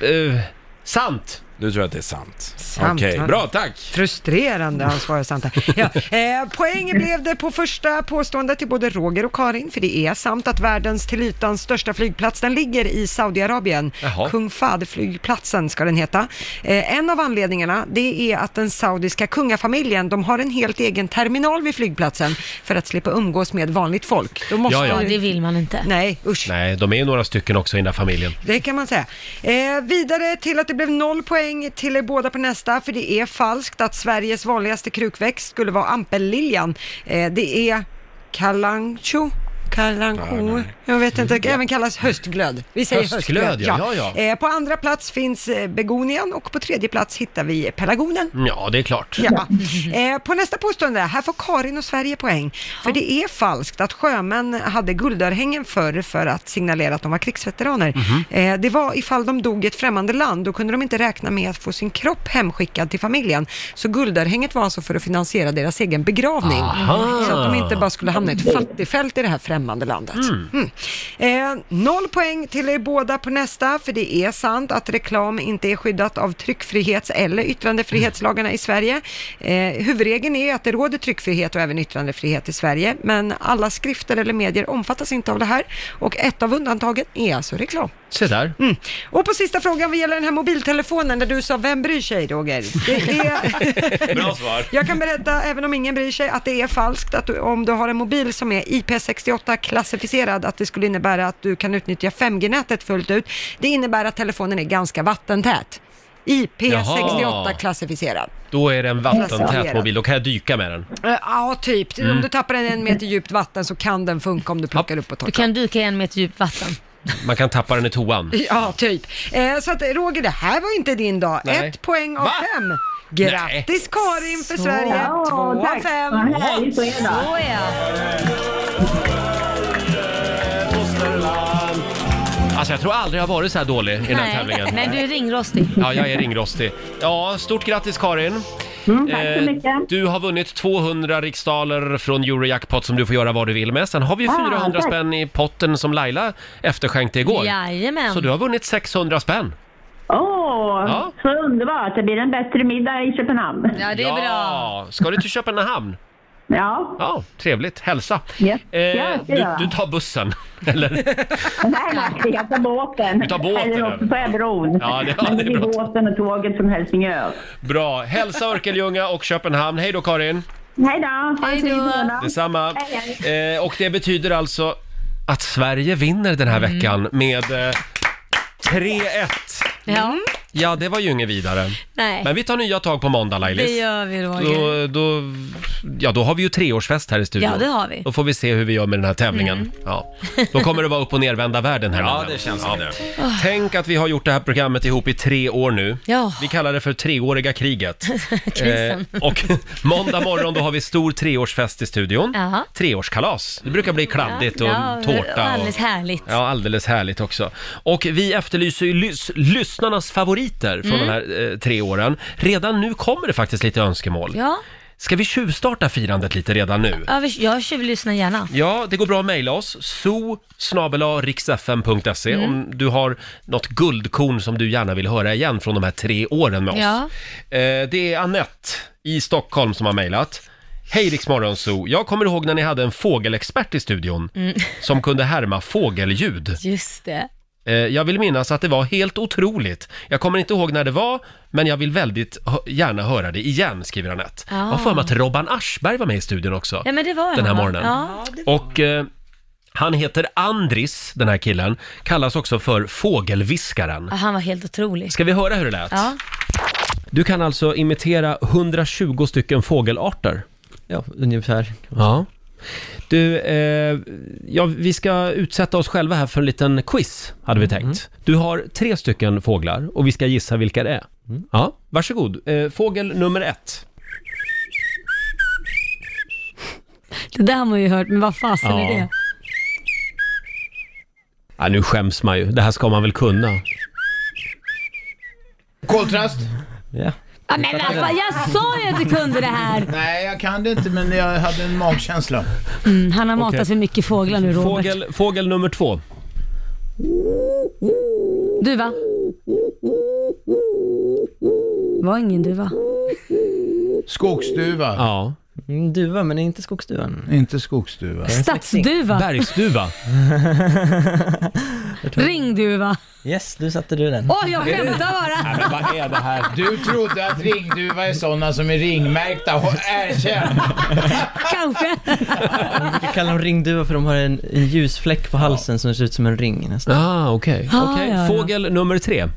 A: eh, eh, sant.
G: Du tror att det är sant?
C: Sant,
G: Okej,
C: va?
G: bra, tack!
C: Frustrerande han svarar sant här. ja. eh, Poäng blev det på första påståendet till både Roger och Karin, för det är sant att världens till ytan största flygplats, den ligger i Saudiarabien.
A: Jaha.
C: Kung Fahd-flygplatsen ska den heta. Eh, en av anledningarna, det är att den saudiska kungafamiljen, de har en helt egen terminal vid flygplatsen för att slippa umgås med vanligt folk. Då måste
A: Ja, ja.
B: Det vill man inte.
C: Nej, usch.
A: Nej, de är ju några stycken också i den där familjen.
C: Det kan man säga. Eh, vidare till att det blev noll poäng till er båda på nästa, för det är falskt att Sveriges vanligaste krukväxt skulle vara ampelliljan. Eh, det är kalancho. Kalanko. Jag vet inte, det även kallas höstglöd. Vi säger höstglöd.
A: Höstglöd, ja, ja, ja.
C: Eh, på andra plats finns eh, begonian och på tredje plats hittar vi pelargonen.
A: Ja, det är klart.
C: Ja. Eh, på nästa påstående, här får Karin och Sverige poäng. För det är falskt att sjömän hade guldörhängen förr för att signalera att de var krigsveteraner. Eh, det var ifall de dog i ett främmande land, då kunde de inte räkna med att få sin kropp hemskickad till familjen. Så guldörhänget var alltså för att finansiera deras egen begravning.
A: Aha.
C: Så att de inte bara skulle hamna i ett fattigfält i det här främmande landet. Mm. Eh, noll poäng till er båda på nästa, för det är sant att reklam inte är skyddat av tryckfrihets eller yttrandefrihetslagarna i Sverige. Eh, huvudregeln är att det råder tryckfrihet och även yttrandefrihet i Sverige, men alla skrifter eller medier omfattas inte av det här och ett av undantagen är alltså reklam.
A: Se där.
C: Mm. Och på sista frågan vad gäller den här mobiltelefonen där du sa vem bryr sig Roger? Det är...
G: Bra svar.
C: Jag kan berätta, även om ingen bryr sig, att det är falskt att du, om du har en mobil som är IP68-klassificerad, att det skulle innebära att du kan utnyttja 5G-nätet fullt ut. Det innebär att telefonen är ganska vattentät.
A: Jaha.
C: IP68-klassificerad.
A: Då är det en vattentät
C: Placerad.
A: mobil, då kan jag dyka med den.
C: Eh, Ja, typ. Om du tappar den en meter djupt vatten så kan den funka om du plockar upp och
B: Du
C: torkar.
B: kan dyka i en meter djupt vatten.
A: Man kan tappa den i toan.
C: Ja, typ. Eh, så att Roger, det här var inte din dag.
A: Nej.
C: Ett poäng av
A: Va?
C: fem. Grattis Karin för Sverige!
K: Ja,
C: Två av
K: tack.
C: fem.
K: Vad härligt att är det.
B: Åh ja.
A: Alltså jag tror aldrig jag har varit så här dålig i den här
B: Nej,
A: tävlingen.
B: men du är ringrostig.
A: Ja, jag är ringrostig. Ja, stort grattis Karin!
K: Mm, tack så
A: Eh,
K: mycket.
A: Du har vunnit 200 riksdaler från Eurojackpot som du får göra vad du vill med. Sen har vi
K: Ah,
A: 400
K: tack.
A: spänn i potten som Laila efterskänkte igår.
B: Jajamän.
A: Så du har vunnit 600 spänn.
K: Åh,
A: Ja.
K: så underbart. Det blir en bättre middag i Köpenhamn.
B: Ja, det är bra.
A: Ja, ska du till Köpenhamn?
K: Ja.
A: Ja, trevligt. Hälsa.
K: Yes.
A: Eh,
K: Ja, det
A: du,
K: gör jag.
A: du tar bussen, eller?
K: Nej, nej, jag tar båten. Du
A: tar båten,
K: Eller
A: ja.
K: också tar jag bron.
A: Ja, det- ja,
K: Men
A: det
K: det
A: är
K: blir
A: bra.
K: båten och tåget från Helsingör.
A: Bra. Hälsa Örkelljunga och Köpenhamn. Hej då Karin!
K: Hej då! Ha
B: Hej
K: en fin
B: då.
K: månad.
A: Detsamma.
K: Hej,
A: Eh, och det betyder alltså att Sverige vinner den
B: Mm.
A: här veckan med eh, 3-1.
B: Ja.
A: Ja, det var ju inget vidare. Men
B: Mm. Nej,
A: vi tar nya tag på måndag
B: det
A: Lailis.
B: gör vi Roger.
A: Då, då, ja, då har vi ju treårsfest här i studion.
B: Ja, det har vi. Mm.
A: Då får vi se hur vi gör med den här tävlingen. Ja. Då kommer det vara upp och nervända världen här
G: Ja,
A: nämligen.
G: det känns som det.
A: Tänk att vi har gjort det här programmet ihop i tre år nu.
B: Ja.
A: Vi kallar det för treåriga kriget. Eh,
B: Krisen.
A: och måndag morgon då har vi stor treårsfest i studion.
B: Jaha.
A: Treårskalas. Det brukar bli kladdigt och
B: Ja,
A: tårta. och-
B: Alldeles härligt.
A: Ja, alldeles härligt också. Och vi efterlyser ju lys- lyssnarnas favoriter från
B: Mm.
A: de här eh, tre åren. Redan nu kommer det faktiskt lite önskemål.
B: Ja,
A: Ska vi tjuvstarta firandet lite redan nu?
B: ja, vi- jag tjuvlyssnar gärna.
A: Ja, det går bra att mejla oss. so riksfm.se
B: Mm.
A: om du har något guldkorn som du gärna vill höra igen från de här tre åren med oss.
B: Ja.
A: Eh, det är Annette i Stockholm som har mejlat. Hej Rix Morgon Zoo. Jag kommer ihåg när ni hade en fågelexpert i studion
B: Mm.
A: som kunde härma fågelljud.
B: Just det.
A: Eh, Jag vill minnas att det var helt otroligt. Jag kommer inte ihåg när det var, men jag vill väldigt hö- gärna höra det igen, skriver Anette.
B: Ah.
A: Jag har för mig att Robban Aschberg var med i studion också.
B: Ja, men det var
A: Den här
B: han, va?
A: morgonen.
B: Ja, det
A: Och eh, han heter Andris, den här killen. Kallas också för Fågelviskaren.
B: Ja, Han var helt otrolig.
A: Ska vi höra hur det lät?
B: Ja.
A: Du kan alltså imitera 120 stycken fågelarter.
L: Ja, ungefär.
A: Ja. Du, eh, ja, vi ska utsätta oss själva här för en liten quiz, hade vi tänkt. Du har tre stycken fåglar och vi ska gissa vilka det är. Ja, varsågod. Eh, fågel nummer ett.
B: Det där har man ju hört, men vad fasen
A: Ja.
B: är det?
A: Ja, nu skäms man ju. Det här ska man väl kunna.
M: Koltrast?
A: Ja.
B: Ja, men vad fan, jag sa ju att du kunde det här!
M: Nej, jag kan det inte, men jag hade en magkänsla.
B: Mm, han har matat
A: Okej.
B: för mycket fåglar nu, Robert.
A: Fågel, fågel nummer två.
B: Duva. Var ingen duva.
M: Skogsduva.
A: Ja.
L: Mm, Duva, men inte skogsduvan.
M: Inte skogsduva.
B: Stadsduva.
A: Bergsduva.
B: Ringduva.
L: Yes, du satte du den.
B: Åh, jag skämtar
M: Nej,
B: bara!
M: men vad är det här? Du trodde att ringduva är sådana som är ringmärkta, och erkänn!
B: Kanske.
L: Vi kallar dem ringduva för de har en, en ljusfläck på halsen som ser ut som en ring nästan.
A: Ah, okej.
L: Ah,
A: Okej,
L: ja, ja.
A: Fågel nummer tre.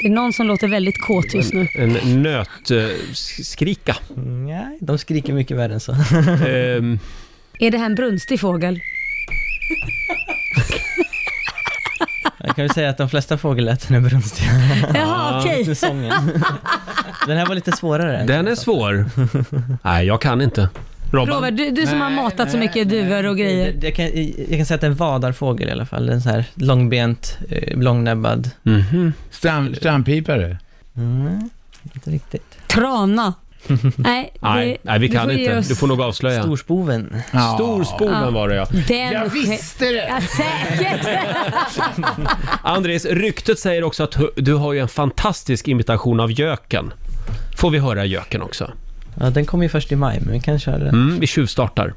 B: Det är någon som låter väldigt kåt just nu.
A: En nötskrika.
L: Nej, de skriker mycket värre än så.
A: Ehm,
B: Är det här en brunstig fågel?
L: Jag kan ju säga att de flesta fågelläten är brunstiga.
B: Jaha, okej.
L: Till sången. Den här var lite svårare.
A: den är svår. Nej, jag kan inte. Robban?
B: Robert, du, du som har matat så mycket duvor och grejer.
L: Jag kan, jag kan säga att det är en vadarfågel i alla fall. En sån här långbent, eh, långnäbbad.
A: mm
M: Stam, stampipare?
L: Mm, inte riktigt.
B: Trana. Nej, det,
A: Nej, nej, vi
B: du
A: kan
B: får ge
A: inte.
B: oss-
A: Du får nog avslöja.
L: Storspoven.
A: Storspoven
B: Ja.
A: var det ja.
B: Den
M: Jag visste det!
B: Ja, säkert!
A: Andres, ryktet säger också att hu- du har ju en fantastisk imitation av göken. Får vi höra göken också?
L: Ja, den kommer ju först i maj, men vi kan köra den.
A: Mm, vi tjuvstartar.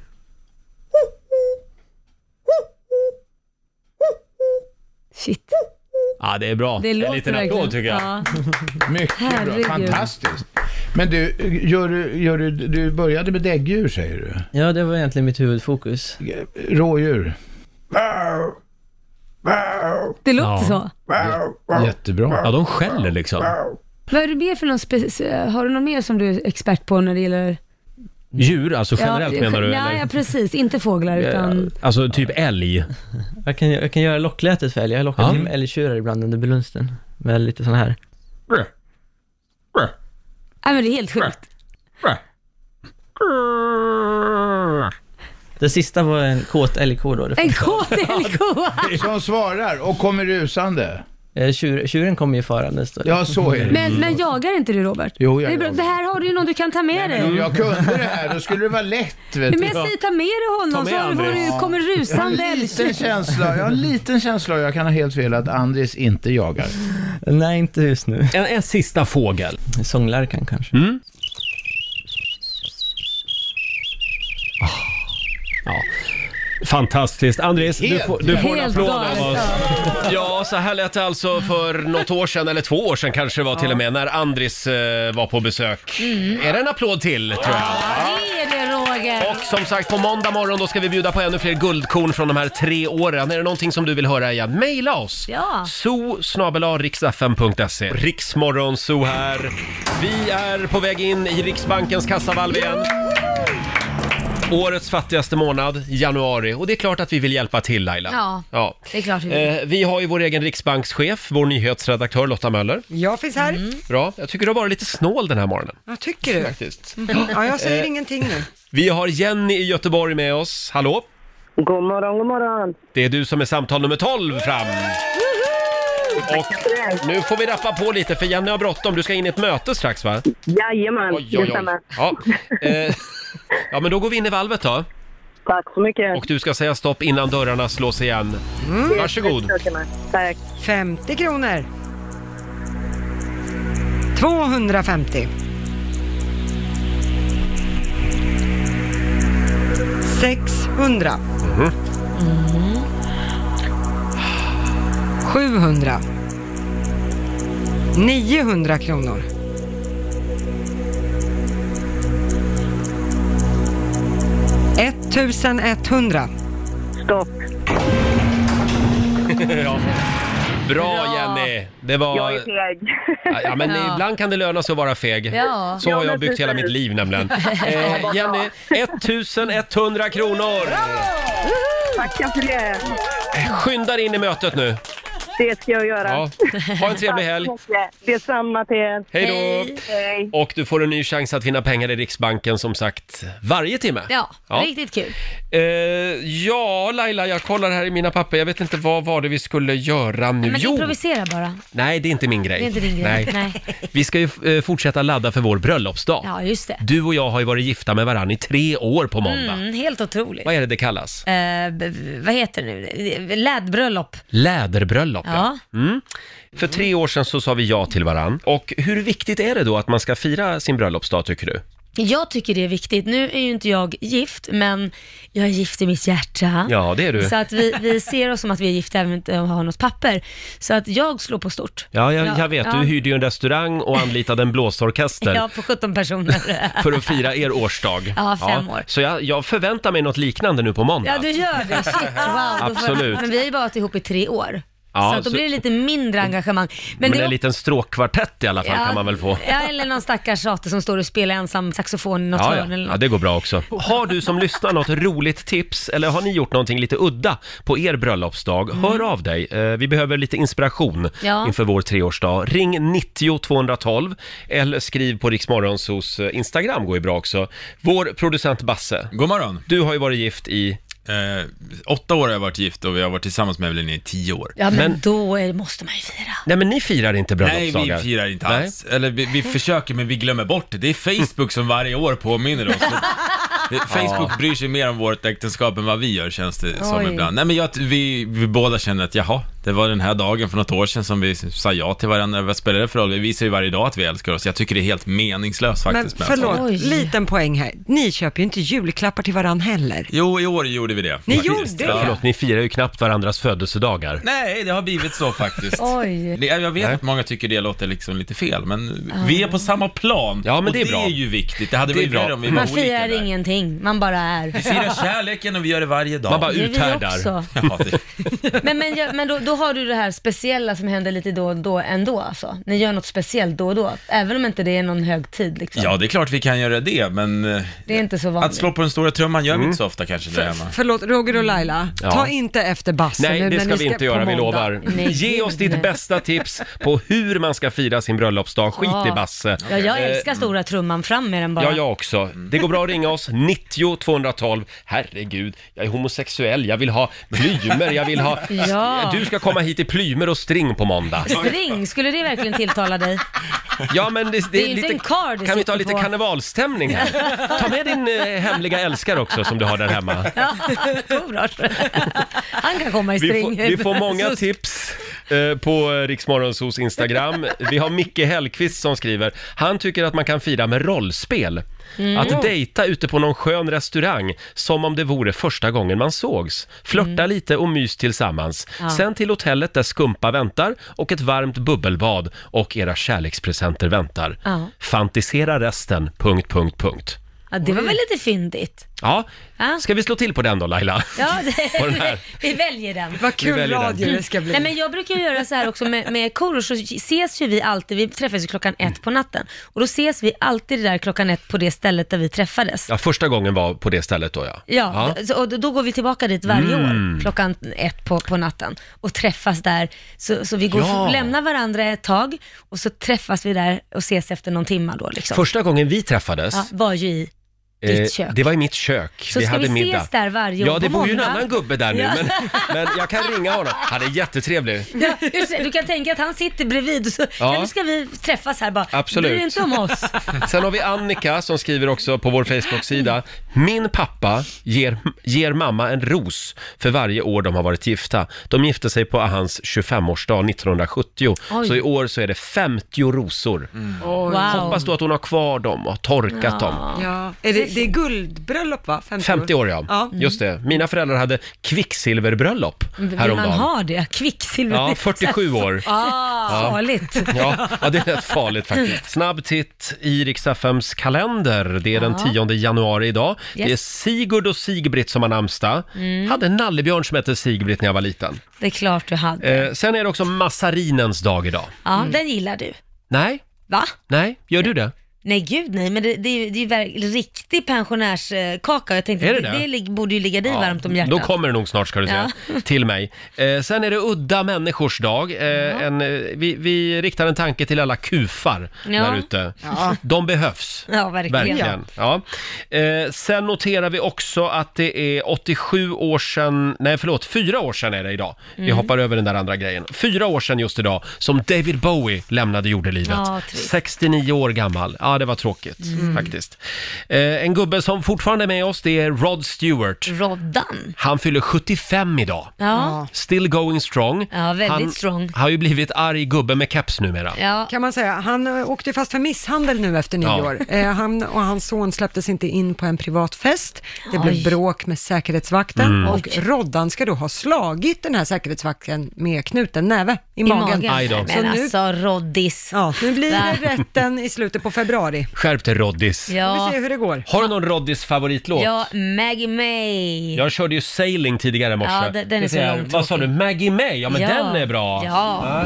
B: Shit.
A: Ja, det är bra.
M: Det
A: en
M: låter
A: liten
M: verkligen.
A: applåd tycker jag.
B: Ja.
M: Mycket
B: Herregud.
M: bra, fantastiskt. Men du, gör, du- gör, du- du började med däggdjur säger du?
L: Ja, det var egentligen mitt huvudfokus.
M: Rådjur?
B: Det låter så.
M: Jättebra.
A: Ja, de skäller liksom.
B: Vad är du mer för någon speci- Har du något mer som du är expert på när det gäller...
A: Djur alltså generellt
B: ja,
A: menar du?
B: Ja,
A: eller?
B: ja, precis. Inte fåglar utan...
A: Alltså typ älg?
L: Jag kan, jag kan göra locklätet för älg. Jag har lockat
A: Ja.
L: till med älgtjurar ibland under belunsten. Med lite sån här.
B: Nej, men det är helt sjukt.
L: Det sista var en kåt älgko då. Det
B: En kåt älgko!
M: Som svarar och kommer rusande.
L: Eh, Tjur, tjuren kommer ju farandes då.
M: Ja, så är det.
B: Men, men jagar inte du Robert?
M: Mm. Jo, jag
B: det, är bra.
M: jagar.
B: det här har du ju någon du kan ta med dig.
M: Om jag kunde det här, då skulle det vara lätt. Vet
B: Nej,
M: du.
B: men jag säger ta med dig
M: Ta
B: honom
M: med
B: så har du,
M: Andres.
B: du kommer rusande
M: jag har en liten
B: älgtjur.
M: känsla, jag har en liten känsla och jag kan ha helt fel att Andris inte jagar.
L: Nej, inte just nu.
A: En, en sista fågel.
L: Sånglärkan kanske.
A: Mm. Ja. Fantastiskt. Andres, du
L: Helt
A: får, du får en
L: galet.
A: applåd
L: Helt
A: av oss. Ja, så här lät det alltså för något år sedan, eller två år sedan kanske det var till och med, när Andris eh, var på besök. Är det en applåd till, tror jag?
B: Det är det Roger!
A: Och som sagt, på måndag morgon då ska vi bjuda på ännu fler guldkorn från de här tre åren. Är det någonting som du vill höra igen? Mejla oss!
B: Ja.
A: zoo riksfm.se Riksmorgon zoo här. Vi är på väg in i Riksbankens kassavalv igen. Årets fattigaste månad, januari. Och det är klart att vi vill hjälpa till Laila.
B: Ja.
A: ja.
B: Det är klart vi vill.
A: Eh, vi har ju vår egen riksbankschef, vår nyhetsredaktör Lotta Möller.
C: Jag finns här.
A: Bra. Jag tycker du har varit lite snål den här morgonen.
C: Jag tycker du?
A: Faktiskt.
C: Mhm. Ja, jag säger
A: Eh.
C: ingenting nu.
A: Vi har Jenny i Göteborg med oss. Hallå?
N: God morgon, god morgon.
A: Det är du som är samtal nummer 12 fram. Och nu får vi rappa på lite för Jenny har bråttom. Du ska in i ett möte strax va?
N: Jajamän,
A: Oj, oj, oj.
N: detsamma.
A: Ja. Eh, ja, men då går vi in i valvet då.
N: Tack så mycket.
A: Och du ska säga stopp
N: Mm.
A: innan dörrarna slås igen. Varsågod.
C: Tack. 50 kronor. 250. 600. 700. 900 kronor. 1100.
N: Stopp.
A: ja. Bra Jenny! Det var...
N: Jag är feg.
A: Ja, men ibland kan det löna sig att vara feg.
N: Ja.
A: Så har
N: Ja,
A: jag
N: men
A: byggt hela
N: precis.
A: mitt liv nämligen. Eh,
N: Ja, vad
A: Jenny, 1100 kronor!
N: Tackar för det.
A: Skynda dig in i mötet nu.
N: Det ska jag göra.
A: Ja. Ha en trevlig helg.
N: Tack så mycket. Detsamma till er.
A: Hej då.
N: Hej.
A: Och du får en ny chans att vinna pengar i Riksbanken som sagt varje timme.
B: Ja, riktigt kul.
A: Eh, ja, Laila, jag kollar här i mina papper. Jag vet inte vad var det vi skulle göra nu.
B: Nej, men
A: jo!
B: improvisera bara.
A: Nej, det är inte min grej.
B: Det är inte din grej.
A: Nej. Vi ska ju eh, fortsätta ladda för vår bröllopsdag.
B: Ja, just det.
A: Du och jag har ju varit gifta med varandra i tre år på måndag.
B: Mm, helt otroligt.
A: Vad är det det kallas?
B: Eh, b- b- vad heter det nu? Lädbröllop.
A: Läderbröllop, ja.
B: Ja.
A: Mm. För tre år sedan så sa vi ja till varann. Och hur viktigt är det då att man ska fira sin bröllopsdag, tycker du?
B: Jag tycker det är viktigt. Nu är ju inte jag gift, men jag är gift i mitt hjärta.
A: Ja, det är du.
B: Så att vi, vi ser oss som att vi är gifta även om vi inte har något papper. Så att jag slår på stort.
A: Ja, jag, jag vet.
B: Ja.
A: Du hyrde ju en restaurang och anlitade en blåsorkester
B: Ja, på 17 personer.
A: för att fira er årsdag.
B: Ja, fem år.
A: Så jag, jag förväntar mig något liknande nu på måndag.
B: Ja, du gör det. Shit, wow. Då får-
A: Absolut.
B: Men vi har ju bara varit ihop i tre år.
A: Ja,
B: så att då
A: så-
B: blir det lite mindre engagemang.
A: Men,
B: det är
A: en liten stråkkvartett i alla fall kan man väl få.
B: Ja, eller någon stackars tjate som står och spelar ensam saxofon i något
A: Ja,
B: hörn
A: ja.
B: eller
A: ja,
B: något.
A: det går bra också. Har du som lyssnar något roligt tips eller har ni gjort någonting lite udda på er bröllopsdag? Hör av dig. Eh, Vi behöver lite inspiration
B: Mm. Ja.
A: inför vår treårsdag. Ring 90 212 eller skriv på Riksmorgonsos eh, Instagram går ju bra också. Vår producent Basse.
G: God morgon. Eh,
A: Du har ju varit gift i...
G: åtta år har jag varit gift och vi har varit tillsammans med Evelyn i tio år.
B: Ja, men, då är, måste man ju fira.
A: Nej, men ni firar inte bröllopsdagar.
G: Nej, vi firar inte alls. Eller vi, vi försöker, men vi glömmer bort det. Det är Facebook som varje år påminner oss. Det- Facebook
A: Ja.
G: bryr sig mer om vårt äktenskap än vad vi gör, känns det som
A: Oj.
G: ibland. Nej, men jag, vi, vi båda känner att jaha, det var den här dagen för något år sedan som vi sa ja till varandra. Vad spelar det för roll? Vi visar ju varje dag att vi älskar oss. Jag tycker det är helt meningslöst
C: Men
G: faktiskt. med en sån.
C: förlåt, liten poäng här. Ni köper ju inte julklappar till varann heller.
G: Jo, i år gjorde vi det.
C: Ni
G: faktiskt.
C: gjorde det?
G: Ja.
A: Förlåt, ni firar ju knappt varandras födelsedagar.
G: Nej, det har blivit så faktiskt.
B: Oj.
G: Det- Jag vet att många tycker det låter liksom lite fel, men
B: Ja.
G: vi är på samma plan. Ja,
A: men
G: och
A: det är bra.
G: ju viktigt. Det hade
A: Det är
G: varit
A: bra.
G: bra om vi var
B: Man
G: olika.
B: firar ingenting, man bara är.
G: Vi firar kärleken och vi gör det varje dag.
A: Man bara
B: Det gör vi
A: uthärdar.
B: också.
G: Ja, det,
B: Men, men, jag- men då, då har du det här speciella som händer lite då och då ändå alltså. Ni gör något speciellt då och då, även om inte det är någon högtid liksom.
G: ja, det är klart vi kan göra det, men eh,
B: Det är inte så vanligt.
G: att slå på den stora trumman gör vi
A: Mm.
G: inte så ofta kanske där hemma.
C: Förlåt, Roger och Laila,
G: Ja.
C: ta inte efter Basse nu
B: Alltså,
A: Nej, det
C: när
A: ska
C: ni
A: vi inte
C: på
A: göra, vi
C: måndag.
A: lovar. Ge oss ditt bästa tips på hur man ska fira sin bröllopsdag. Skit i
B: Ja.
A: Basse.
B: Ja, jag
A: Eh,
B: älskar stora trumman, fram med den bara.
A: Ja, jag också. Det går bra att ringa oss, 90 212. Herregud, jag är homosexuell, jag vill ha plymer, jag vill ha...
B: Ja.
A: Du ska komma hit i plymer och string på måndag.
B: String, skulle det verkligen tilltala dig?
A: Ja, men det, det,
B: Det
A: är
B: är ju inte
A: lite...
B: en kar du
A: Kan vi inte ha
B: sitter
A: lite
B: på?
A: karnevalstämning här? Ta med din eh, hemliga älskare också som du har där hemma.
B: Ja, Torars. Han kan komma i
A: Vi
B: string.
A: får, vi får många tips eh, på eh, Riksmorgonsos Instagram. Vi har Micke Hellqvist som skriver, han tycker att man kan fira med rollspel.
G: Mm.
A: Att dejta ute på någon skön restaurang som om det vore första gången man sågs. Flörta lite och mys tillsammans.
G: Ja.
A: Sen till hotellet där skumpa väntar och ett varmt bubbelbad och era kärlekspresenter väntar.
B: Ja.
A: Fantisera resten, punkt, punkt, punkt.
B: Ja, det var väl lite fyndigt?
A: Ja,
B: Ja.
A: ska vi slå till på den då Laila?
B: Ja, det,
A: På den här.
B: vi väljer den.
C: Vad
A: kul Vi väljer den. radio det ska bli.
B: Nej, men jag brukar ju göra så här också med, med Korosh, så ses ju vi alltid, vi träffas ju klockan ett på natten. Och då ses vi alltid där klockan ett på det stället där vi träffades.
A: Ja, första gången var på det stället då ja.
B: Ja, Så, och då- då går vi tillbaka dit varje
A: Mm.
B: år klockan ett på, på natten och träffas där. Så, så vi går
A: Ja.
B: lämnar varandra ett tag och så träffas vi där och ses efter någon timma då liksom.
A: Första gången vi träffades,
B: ja, var ju i Ditt
A: Eh,
B: kök.
A: Det var i mitt kök.
B: Så
A: vi
B: ska
A: hade
B: vi ses
A: middag.
B: där varje
A: Ja,
B: år
A: det
B: på
A: bor ju en
B: måndag.
A: annan gubbe där nu,
B: Ja.
A: men, men jag kan ringa honom. Han är jättetrevlig.
B: Ja, just det. du kan tänka att han sitter bredvid och så,
A: Ja.
B: ja. nu ska vi träffas här bara.
A: Absolut.
B: Bry dig inte om oss.
A: Sen har vi Annika som skriver också på vår Facebook-sida. Min pappa ger, ger mamma en ros för varje år de har varit gifta. De gifte sig på hans 25-årsdag 1970.
B: Oj.
A: Så i år så är det 50 rosor.
C: Oj.
A: Hoppas då att hon har kvar dem och har torkat dem.
C: Ja. Är det, det är guldbröllop va? 50,
A: 50 år ja. just det. Mina föräldrar hade kvicksilverbröllop
B: Vill man
A: häromdagen.
B: ha det? Kvicksilver?
A: Ja, 47 år.
B: Ah,
A: Ja.
B: Farligt.
A: Ja, ja, det lät farligt faktiskt. Snabb titt i Rix FMs kalender. Det är den
B: Ja.
A: 10 januari idag.
B: Yes.
A: Det är Sigurd och Sigbritt som har namnsdag.
B: Mm.
A: Hade en nallebjörn som hette Sigbritt när jag var liten.
B: Det är klart du hade.
A: Eh, mm. sen är det också massarinens dag idag.
B: Ja, den gillar du.
A: Nej,
B: Va?
A: nej, gör du det?
B: Nej, gud nej, men det, det är ju det är ju verk- riktig pensionärskaka. Jag tänkte
A: Är
B: att
A: det
B: det,
A: det?
B: det lig- borde ju ligga dig varmt om hjärtat.
A: Då kommer det nog snart ska du säga, till mig. Eh, sen är det udda människors dag. Eh, en, eh, vi, vi riktar en tanke till alla kufar
B: Ja.
A: där ute.
B: Ja.
A: De behövs.
B: Ja, verkligen.
A: Ja. Eh, sen noterar vi också att det är 87 år sedan, nej förlåt, fyra år sedan är det idag. Vi
B: Mm.
A: hoppar över den där andra grejen. Fyra år sedan just idag som David Bowie lämnade jordelivet.
B: Ja, trist.
A: 69 år gammal. Ja, det var tråkigt
B: Mm.
A: faktiskt. Eh, en gubbe som fortfarande är med oss, det är Rod Stewart.
B: Roddan.
A: Han fyller 75 idag.
B: Ja.
A: Still going strong.
B: Ja, väldigt
A: han
B: strong.
A: har ju blivit arg gubbe med keps numera.
C: Kan man säga. Han eh, åkte ju fast för misshandel nu efter
A: Ja.
C: nyår. Eh, han och hans son släpptes inte in på en privat fest. Det blev
B: Oj.
C: bråk med säkerhetsvakten
A: Mm.
C: och Roddan ska då ha slagit den här säkerhetsvakten med knuten näve i, magen.
A: Aj då.
B: Men
C: Så nu,
B: alltså Roddis.
C: ja, nu blir det
B: Va?
C: rätten i slutet på februari.
A: Skärp dig Roddis.
C: Vi
B: Ja.
C: får se hur det går.
A: Har du någon Roddis favoritlåt?
B: Ja, Maggie May.
A: Jag körde ju sailing tidigare i morse.
B: Ja, den- den är så
A: Det
B: långt
A: Vad sa du, Maggie May? Ja, men
B: Ja.
A: den är bra.
B: Ja.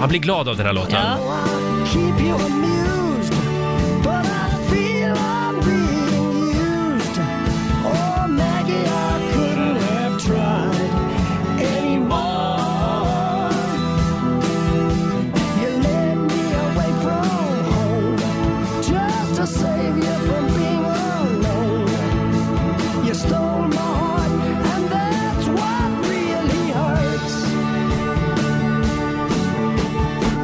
A: Man blir glad av den här låten.
E: You stole my heart, and that's what really hurts.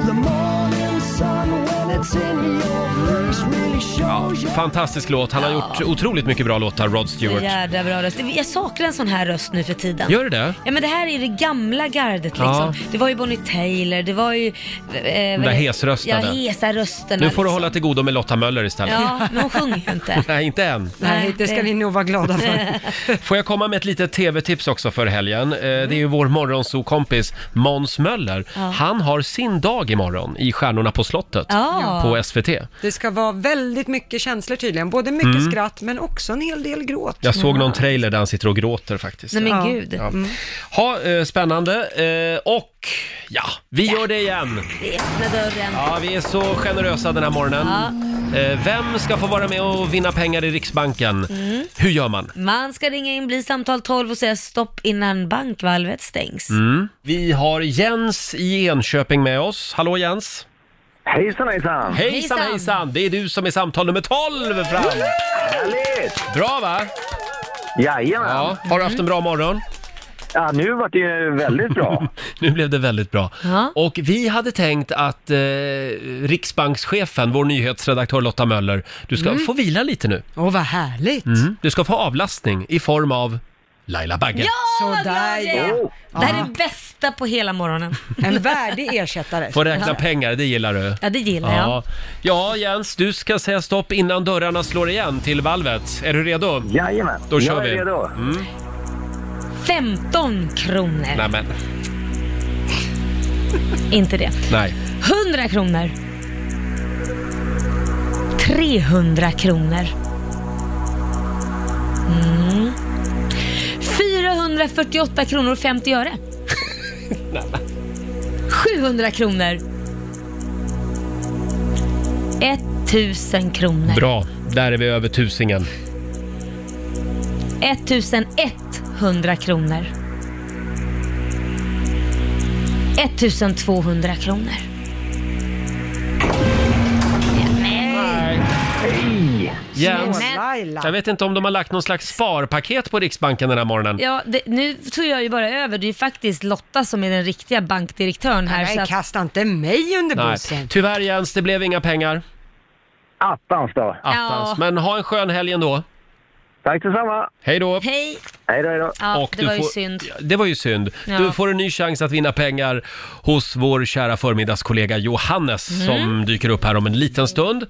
E: The morning sun when it's in your face really shows you.
A: Fantastisk låt. Han har gjort otroligt mycket bra låtar, Rod
B: Så
A: Stewart.
B: jädra bra röst. Jag saknar en sån här röst nu för tiden.
A: Gör du det?
B: Ja men det här är det gamla gardet liksom.
A: Ja.
B: Det var ju Bonnie Taylor, det var ju... Eh,
A: De där hesröstade.
B: Ja, hesa rösterna.
A: Nu får du hålla till godo med Lotta Möller istället.
B: Ja, men hon sjunger ju inte.
A: Nej, inte än.
C: Nej, det ska
B: det-
C: vi nog vara glada för.
A: Får jag komma med ett litet tv-tips också för helgen? Eh, Det
B: Mm.
A: är ju vår morgonsokompis Måns Möller.
C: Ja.
A: Han har sin dag imorgon i Stjärnorna på slottet
C: Ja.
A: på SVT.
C: Det ska vara väldigt mycket känslor tydligen, både mycket
A: Mm.
C: skratt men också en hel del gråt.
A: Jag såg någon trailer där han sitter och gråter faktiskt.
C: Nej, men Ja. gud.
A: Ja.
C: Mm.
A: Ha, eh, spännande. Eh, Och ja, vi gör det igen.
B: Vi öppnar dörren.
A: Ja, vi är så generösa den här morgonen. Eh, Vem ska få vara med och vinna pengar i Riksbanken?
B: Mm.
A: Hur gör man?
B: Man ska ringa in, bli samtal 12 och säga stopp innan bankvalvet stängs.
A: Mm. Vi har Jens i Enköping med oss. Hallå Jens!
F: Hejsan hejsan!
A: Hejsan
F: Hejsan.
A: hejsan! Det är du som är samtal nummer 12 fram!
F: Härligt!
A: Bra va?
F: Jajamän!
A: Ja, har du haft en bra morgon?
F: Ja, nu vart det ju väldigt bra.
A: nu blev det väldigt bra.
B: Ja.
A: Och vi hade tänkt att eh, riksbankschefen, vår nyhetsredaktör Lotta Möller, du ska
C: Mm.
A: få vila lite nu.
C: Åh, vad härligt!
A: Mm. Du ska få avlastning i form av Laila Bagge.
B: Ja, vad glad jag är.
C: ja.
B: Det här är det bästa på hela morgonen.
C: En värdig ersättare.
A: Få räkna
B: Ja.
A: pengar, det gillar du.
B: Ja, det gillar jag.
A: Ja. ja, Jens, du ska säga stopp innan dörrarna slår igen till valvet. Är du redo?
F: Jajamän,
A: Då kör
F: jag är
A: vi.
F: redo.
A: Mm.
B: 15 kronor.
A: Nej, men,
B: Inte det.
A: nej.
B: 100 kronor. 300 kronor. Mm. 448 kronor och 50 öre. 700 kronor. 1000 kronor.
A: Bra, där är vi över tusingen.
B: 1100 kronor. 1200 kronor.
A: Nej, Oj! Jens,
B: Snälla Laila.
A: jag vet inte om de har lagt någon slags sparpaket på Riksbanken den här morgonen.
B: Ja, det, nu tog jag ju bara över. Det är ju faktiskt Lotta som är den riktiga bankdirektören här.
C: Nej,
B: kasta inte mig under
A: Nej. Tyvärr Jens, det blev inga pengar. Attans då. Attans.
B: Ja.
A: Men ha en skön helg ändå. Tack detsamma. Hej då.
B: Hej.
A: Hej då, hej då.
B: Ja, det var ju synd.
A: Det var ju synd.
B: Ja.
A: Du får en ny chans att vinna pengar hos vår kära förmiddagskollega Johannes
C: Mm.
A: som dyker upp här om en liten stund.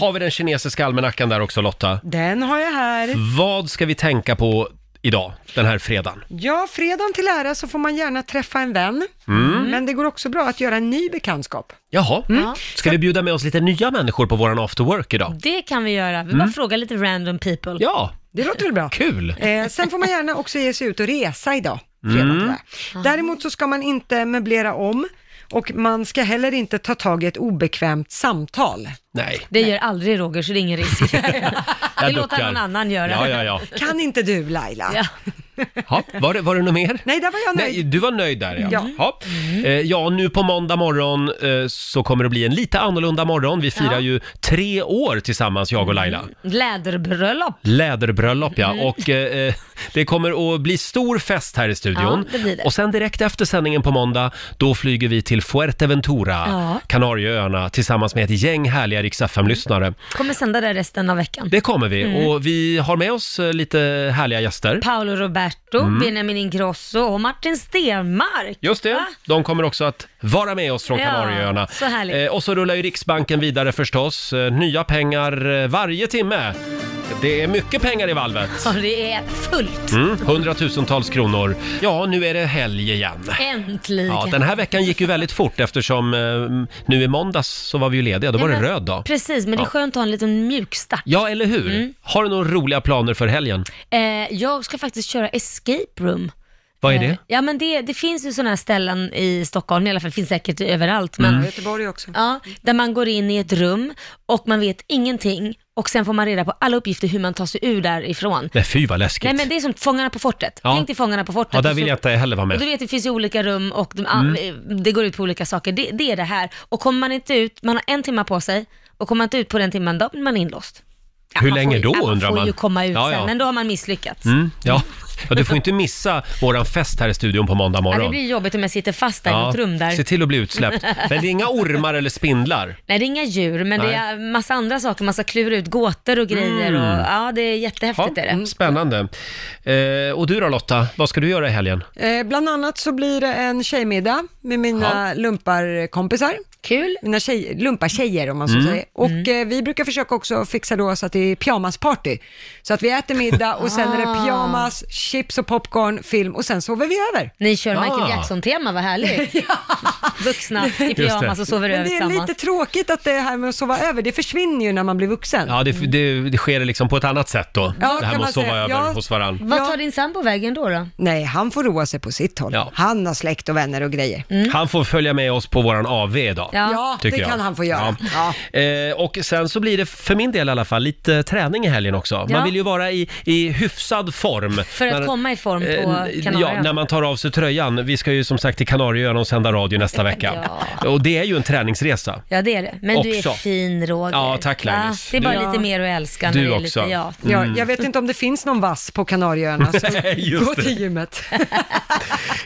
A: Har vi den kinesiska almanackan där också Lotta?
C: Den har jag här.
A: Mm. Vad ska vi tänka på idag, den här fredagen?
C: Ja, fredagen till ära så får man gärna träffa en vän.
A: Mm.
C: Men det går också bra att göra en ny bekantskap.
A: Jaha,
B: Mm.
A: ska vi bjuda med oss lite nya människor på våran after work idag?
B: Det kan vi göra. Vi
A: Mm.
B: bara frågar lite random people.
A: Ja.
C: Det låter väl bra.
A: Kul!
C: Eh, sen får man gärna också ge sig ut och resa idag.
A: Mm.
C: Däremot så ska man inte möblera om och man ska heller inte ta tag i ett obekvämt samtal.
A: Nej.
B: Det gör aldrig Roger, så det är ingen risk. det låter
A: duckar.
B: någon annan göra.
A: Ja, ja, ja.
C: Kan inte du Laila?
A: Ja, var, det, var det något mer?
C: Nej, där var jag nöjd.
A: Nej, du var nöjd där ja.
C: Ja.
A: Ja. Eh, ja, nu på måndag morgon eh, så kommer det bli en lite annorlunda morgon. Vi firar
B: Ja. Mm.
A: ju tre år tillsammans, jag och Laila.
B: Läderbröllop.
A: Läderbröllop ja,
B: Mm.
A: och eh, eh, det kommer att bli stor fest här i studion.
B: Ja, det blir det.
A: Och sen direkt efter sändningen på måndag, då flyger vi till Fuerteventura,
B: Ja.
A: Kanarieöarna, tillsammans med ett gäng härliga Rix lyssnare
B: Kommer sända det resten av veckan.
A: Det kommer vi,
B: Mm.
A: och vi har med oss eh, lite härliga gäster.
B: Paolo Roberto,
A: Mm.
B: Benjamin Ingrosso och Martin Stenmark.
A: Just det,
B: Va?
A: de kommer också att vara med oss från
B: Ja,
A: Kanarieöarna.
B: så härligt.
A: Eh, och så rullar ju Riksbanken vidare förstås. Eh, nya pengar eh, varje timme. Det är mycket pengar i valvet.
B: Ja, det är fullt.
A: Mm, hundratusentals kronor. Ja, nu är det helg igen.
B: Äntligen.
A: Ja, den här veckan gick ju väldigt fort eftersom eh, nu i måndags så var vi ju lediga, då var det
B: men-
A: röd dag.
B: Precis, men det är
A: Ja.
B: skönt att ha en liten mjuk start.
A: Ja, eller hur?
B: Mm.
A: Har du några roliga planer för helgen?
B: Eh, jag ska faktiskt köra escape room.
A: Vad är
B: Eh,
A: det?
B: Ja men det, det finns ju sådana här ställen i Stockholm, i alla fall finns säkert överallt. Men,
A: Mm.
C: Göteborg också.
B: Ja, där man går in i ett rum och man vet ingenting och sen får man reda på alla uppgifter hur man tar sig ur därifrån.
A: Nej, fy vad läskigt.
B: Nej men det är som Fångarna på fortet.
A: Ja.
B: Tänk dig Fångarna på fortet.
A: ja, där
B: Och
A: vill
B: så-
A: jag inte heller vara
B: och du
A: med.
B: vet, det finns ju olika rum och de,
A: Mm.
B: eh, det går ut på olika saker. Det, det är det här. Och kommer man inte ut, man har en timma på sig, och kommer man inte ut på den timman, då blir man inlåst.
A: Hur
B: man
A: länge
B: får, ju-
A: då,
B: man?
A: undrar
B: får
A: man?
B: ju komma ut
A: Ja,
B: sen,
A: ja.
B: men då har man misslyckats.
A: Mm, ja. ja, du får inte missa våran fest här i studion på måndag
B: Ja, det
A: morgon.
B: blir jobbigt om jag sitter fast där i något rum där.
A: se till att bli utsläppt. Men det är inga ormar eller spindlar.
B: Nej, det är inga djur, men det
A: Nej.
B: är massa andra saker. Man ska klura ut gåtor och grejer.
A: Mm.
B: Och, ja, det är jättehäftigt. är det.
A: Spännande. Eh, och du då Lotta, vad ska du göra i helgen?
C: Eh, bland annat så blir det en tjejmiddag med mina
A: Ja.
C: lumparkompisar.
B: Kul.
C: Mina tjej, lumpartjejer om man så
A: Mm.
C: säger. Och eh, vi brukar försöka också fixa då så att det är pyjamasparty. Så att vi äter middag och sen är det
B: Ah.
C: pyjamas, chips och popcorn, film och sen sover vi över.
B: Ni kör
C: Ah.
B: Michael Jackson-tema, vad härligt. Vuxna i pyjamas och sover över
C: Men det är
B: tillsammans.
C: lite tråkigt att det här med att sova över, det försvinner ju när man blir vuxen.
A: Ja, det, det, det sker liksom på ett annat sätt då.
C: Ja,
A: det här
C: kan
A: med
C: man
A: att sova
C: säga.
A: över
C: Ja.
A: hos varann.
B: Vad tar din sambo vägen då? då?
C: Nej, han får roa sig på sitt håll. Han har släkt och vänner och grejer.
B: Mm.
A: Han får följa med oss på våran AV idag.
C: Mm. Ja, det
A: tycker jag.
C: kan han få göra.
A: Ja. Eh, och sen så blir det för min del i alla fall lite träning i helgen också. Man
B: Ja.
A: vill ju vara i, i hyfsad form. Eh,
B: För att komma i form på Kanarieöarna.
A: Ja, när man tar av sig tröjan. Vi ska ju som sagt till Kanarieöarna och sända radio nästa vecka. Och det är ju en träningsresa.
B: Ja, det är det. Men du
A: Också.
B: är fin, Roger.
A: Ja, tack, Lailis.
B: det är bara
A: Du-
B: lite mer att älska. när
A: Du
B: det är
A: också.
B: Lite, ja.
A: Mm.
C: Ja, jag vet inte om det finns någon vass på Kanarieöarna, så
A: Nej, just
C: gå
A: det.
C: till gymmet.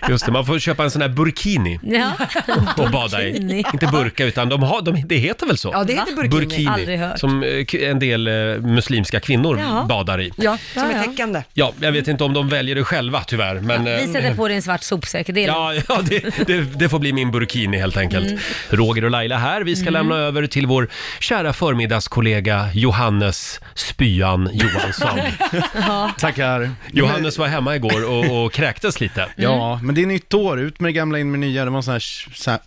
A: Just det, man får köpa en sån här burkini
B: Ja.
A: och bada i.
B: Burkini.
A: Inte burka, utan de har, de, det heter väl så?
C: Ja, det heter
A: Va?
C: burkini. Aldrig
A: Burkini,
C: hört.
A: som eh, k- en del eh, muslimska kvinnor
B: Ja.
A: badar i.
C: Ja, typ, som är täckande.
A: Ja, jag vet inte om de väljer det själva tyvärr, men... eh,
B: Vi sätter på dig en svart sopsäck. Det är lugnt.
A: Ja, ja det, det, det får bli min burkini helt enkelt.
B: Mm.
A: Roger och Laila här. Vi ska
B: Mm.
A: lämna över till vår kära förmiddagskollega Johannes Spyan Johansson.
B: Ja.
O: Tackar.
M: Mm.
A: Johannes var hemma igår och, och kräktes lite.
O: Ja, men det är nytt år. Ut med det gamla, in med det nya. Det var en sån här, så här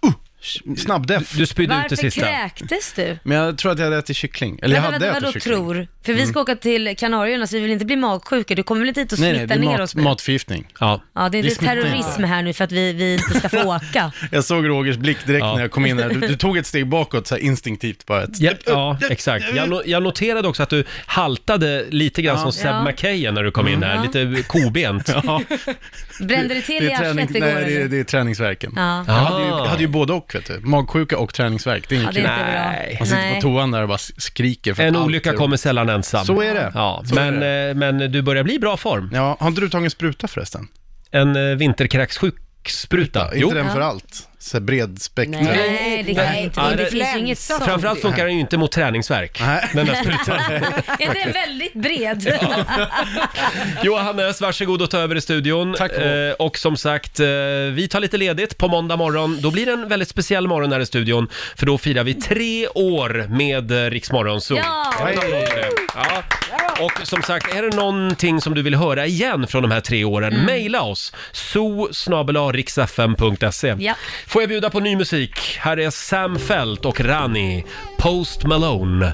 O: uh, snabbdeff.
A: Du spydde
B: Varför kräktes du?
O: Men jag tror att jag hade ätit kyckling. Eller jag hade
B: vadå
O: ätit kyckling.
B: tror? För vi
O: Mm.
B: ska åka till Kanarieöarna så vi vill inte bli magsjuka. Du kommer väl inte hit och
O: Nej,
B: smitta
O: nej, det är
B: ner
O: mat,
B: oss?
O: matförgiftning.
A: Ja.
B: Ja, det är
O: Vi
B: lite
O: smittar inte.
B: terrorism här nu för att vi, vi inte ska få åka.
O: Jag såg Rogers blick direkt när jag kom in här. Du, du tog ett steg bakåt så här instinktivt bara. Ett,
A: Ja, ja, exakt. Jag, no jag noterade också att du haltade lite grann
O: Ja.
A: som Seb
B: Ja.
A: McKayen när du kom in här,
B: Ja.
A: lite kobent.
O: Ja.
B: Brände det till
O: Det
B: i
O: är, träning,
B: arslet igår?
O: nej, det, är,
B: eller?
O: det är träningsverken.
B: Ja.
A: Ah.
O: Jag, hade ju, jag hade ju både och. vet du. Magsjuka och träningsvärk, det är
B: Ja,
O: inget
B: det är
O: kul.
B: inte bra. Nej.
O: Man sitter
B: Nej.
O: på toan där och bara skriker för
A: En
O: allt.
A: olycka kommer sällan ensam.
O: Så är det.
A: Ja,
O: Så
A: men,
O: är
A: eh, men du börjar bli i bra form.
O: Ja, har inte du tagit en spruta förresten?
A: En eh, vinterkräkssjukspruta.
O: Inte den för allt? Så här bredspektra.
B: Nej, det kan jag inte.
A: Ja,
B: Det
A: det-
B: finns ju inget sånt.
A: Framförallt funkar den ju inte mot träningsvärk. Den där sprutan.
B: Är det väldigt bred?
A: Johannes, varsågod och ta över i studion. Tack eh, och som sagt, eh, vi tar lite ledigt på måndag morgon. Då blir det en väldigt speciell morgon här i studion, för då firar vi tre år med eh, Rix Morgonzoo.
E: Ja!
A: En applåd för det. ja! Och som sagt, är det någonting som du vill höra igen från de här tre åren,
E: Mm.
A: mejla oss! so
E: Ja.
A: Får jag bjuda på ny musik? Här är Sam Felt och Rani, Post Malone,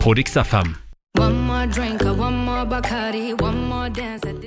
A: på Rix FM.
P: One more drink, one more Bacardi, one more dance.